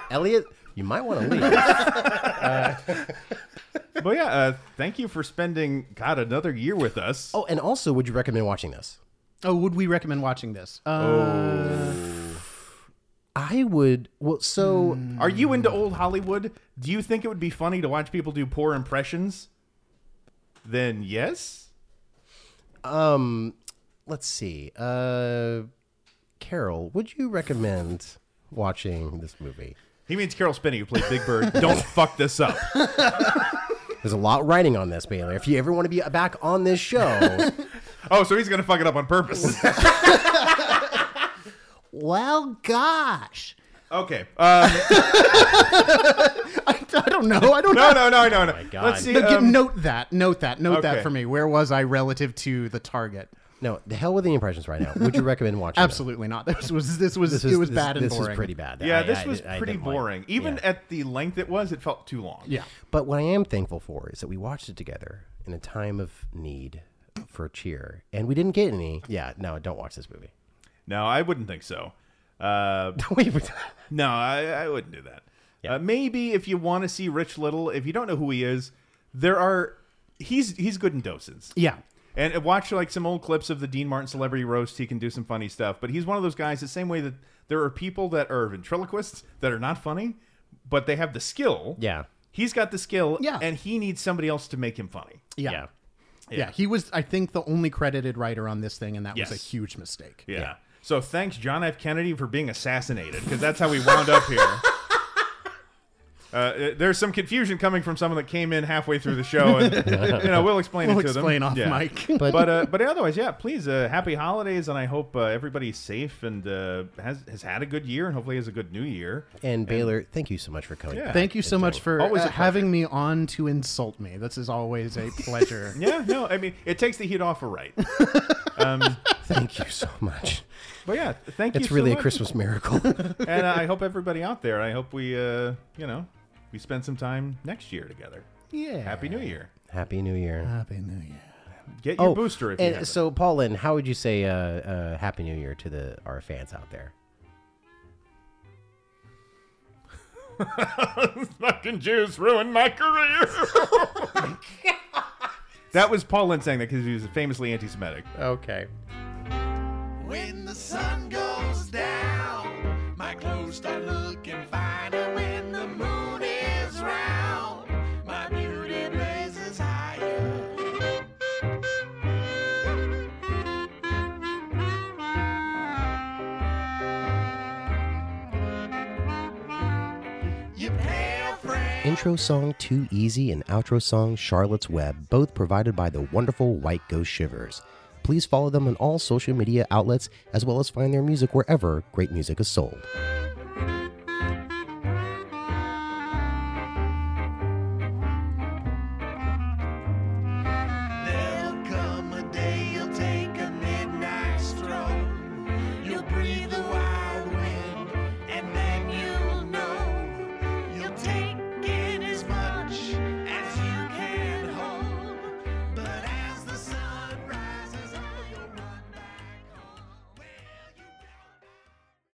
B: Elliot. You might want to leave.
C: but yeah, uh, thank you for spending God another year with us.
B: oh, and also, would you recommend watching this?
D: Oh, would we recommend watching this? Uh,
B: I would. Well, so
C: Are you into old Hollywood? Do you think it would be funny to watch people do poor impressions? Then yes.
B: um, let's see. Uh, Carol, would you recommend watching this movie?
C: He means Carol Spinney, who played Big Bird. Don't fuck this up.
B: There's a lot writing on this, Baylor. If you ever want to be back on this show,
C: Oh, so he's gonna fuck it up on purpose.
D: well, gosh,
C: okay. Um,
D: I, I don't know. I don't
C: no,
D: know.
C: no, no, no, no.
B: God.
C: Let's see.
D: No, get-
C: um,
D: note that. Note that. Note that
C: okay.
D: for me. Where was I relative to the target?
B: no, the hell with the impressions right now. Would you recommend watching? this?
D: Absolutely not. This was this was
B: This
D: it was
B: this-
D: bad and
B: this
D: boring.
B: was pretty bad.
C: yeah,
B: I-
C: this
B: I
C: was
B: did- I
C: pretty
B: didn't like it.
C: boring. Even
B: Yeah.
C: at the length it was, it felt too long.
D: Yeah.
B: But what I am thankful for is that we watched it together in a time of need for cheer, and we didn't get any. Yeah, no, don't watch this movie.
C: No, I wouldn't think so. Uh,
B: Wait, wait.
C: no, I, I wouldn't do that. Uh, maybe if you want to see Rich Little, if you don't know who he is, there are he's he's good in doses.
D: Yeah.
C: And uh, watch like some old clips of the Dean Martin celebrity roast. He can do some funny stuff. But he's one of those guys. The same way that there are people that are ventriloquists that are not funny, but they have the skill.
B: Yeah.
C: he's got the skill.
D: Yeah.
C: and he needs somebody else to make him funny.
D: Yeah. Yeah. He was I think the only credited writer on this thing and that was
C: Yes.
D: a huge mistake.
C: Yeah. So thanks John F. Kennedy for being assassinated because that's how we wound up here. Uh, there's some confusion coming from someone that came in halfway through the show, and you know we'll explain
D: We'll
C: it to them.
D: explain off
C: Yeah.
D: mic.
C: but uh, but otherwise, yeah. Please, uh, happy holidays, and I hope uh, everybody's safe and uh, has has had a good year, and hopefully has a good New Year.
B: And Baylor, thank you so much for coming.
C: Yeah.
B: back.
D: Thank you so much for
C: Always
D: uh,
C: a pleasure.
D: having me on to insult me. This is always a pleasure.
C: Yeah, no, I mean it takes the heat off a right.
B: Thank you so much.
C: But yeah, thank you.
B: It's
C: so
B: really a
C: much.
B: Christmas miracle.
C: and uh, I hope everybody out there. I hope we uh, you know we spend some time next year together.
D: Yeah.
C: Happy New Year.
B: Happy New Year. Oh,
D: Happy New Year.
C: Get your booster if you
B: and
C: haven't.
B: so, Paulin, how would you say uh, uh, Happy New Year to the our fans out there?
C: fucking Jews ruined my career. that was Paul Lynn saying that because he was famously anti-Semitic.
B: Okay.
I: When the sun goes down, my clothes start looking fine. And when the moon is round, my beauty blazes higher. Your pale friend.
B: intro song Too Easy and outro song Charlotte's Web, both provided by the wonderful White Ghost Shivers. Please follow them on all social media outlets as well as find their music wherever great music is sold.
I: There'll come a day you'll take a midnight stroll. You'll breathe the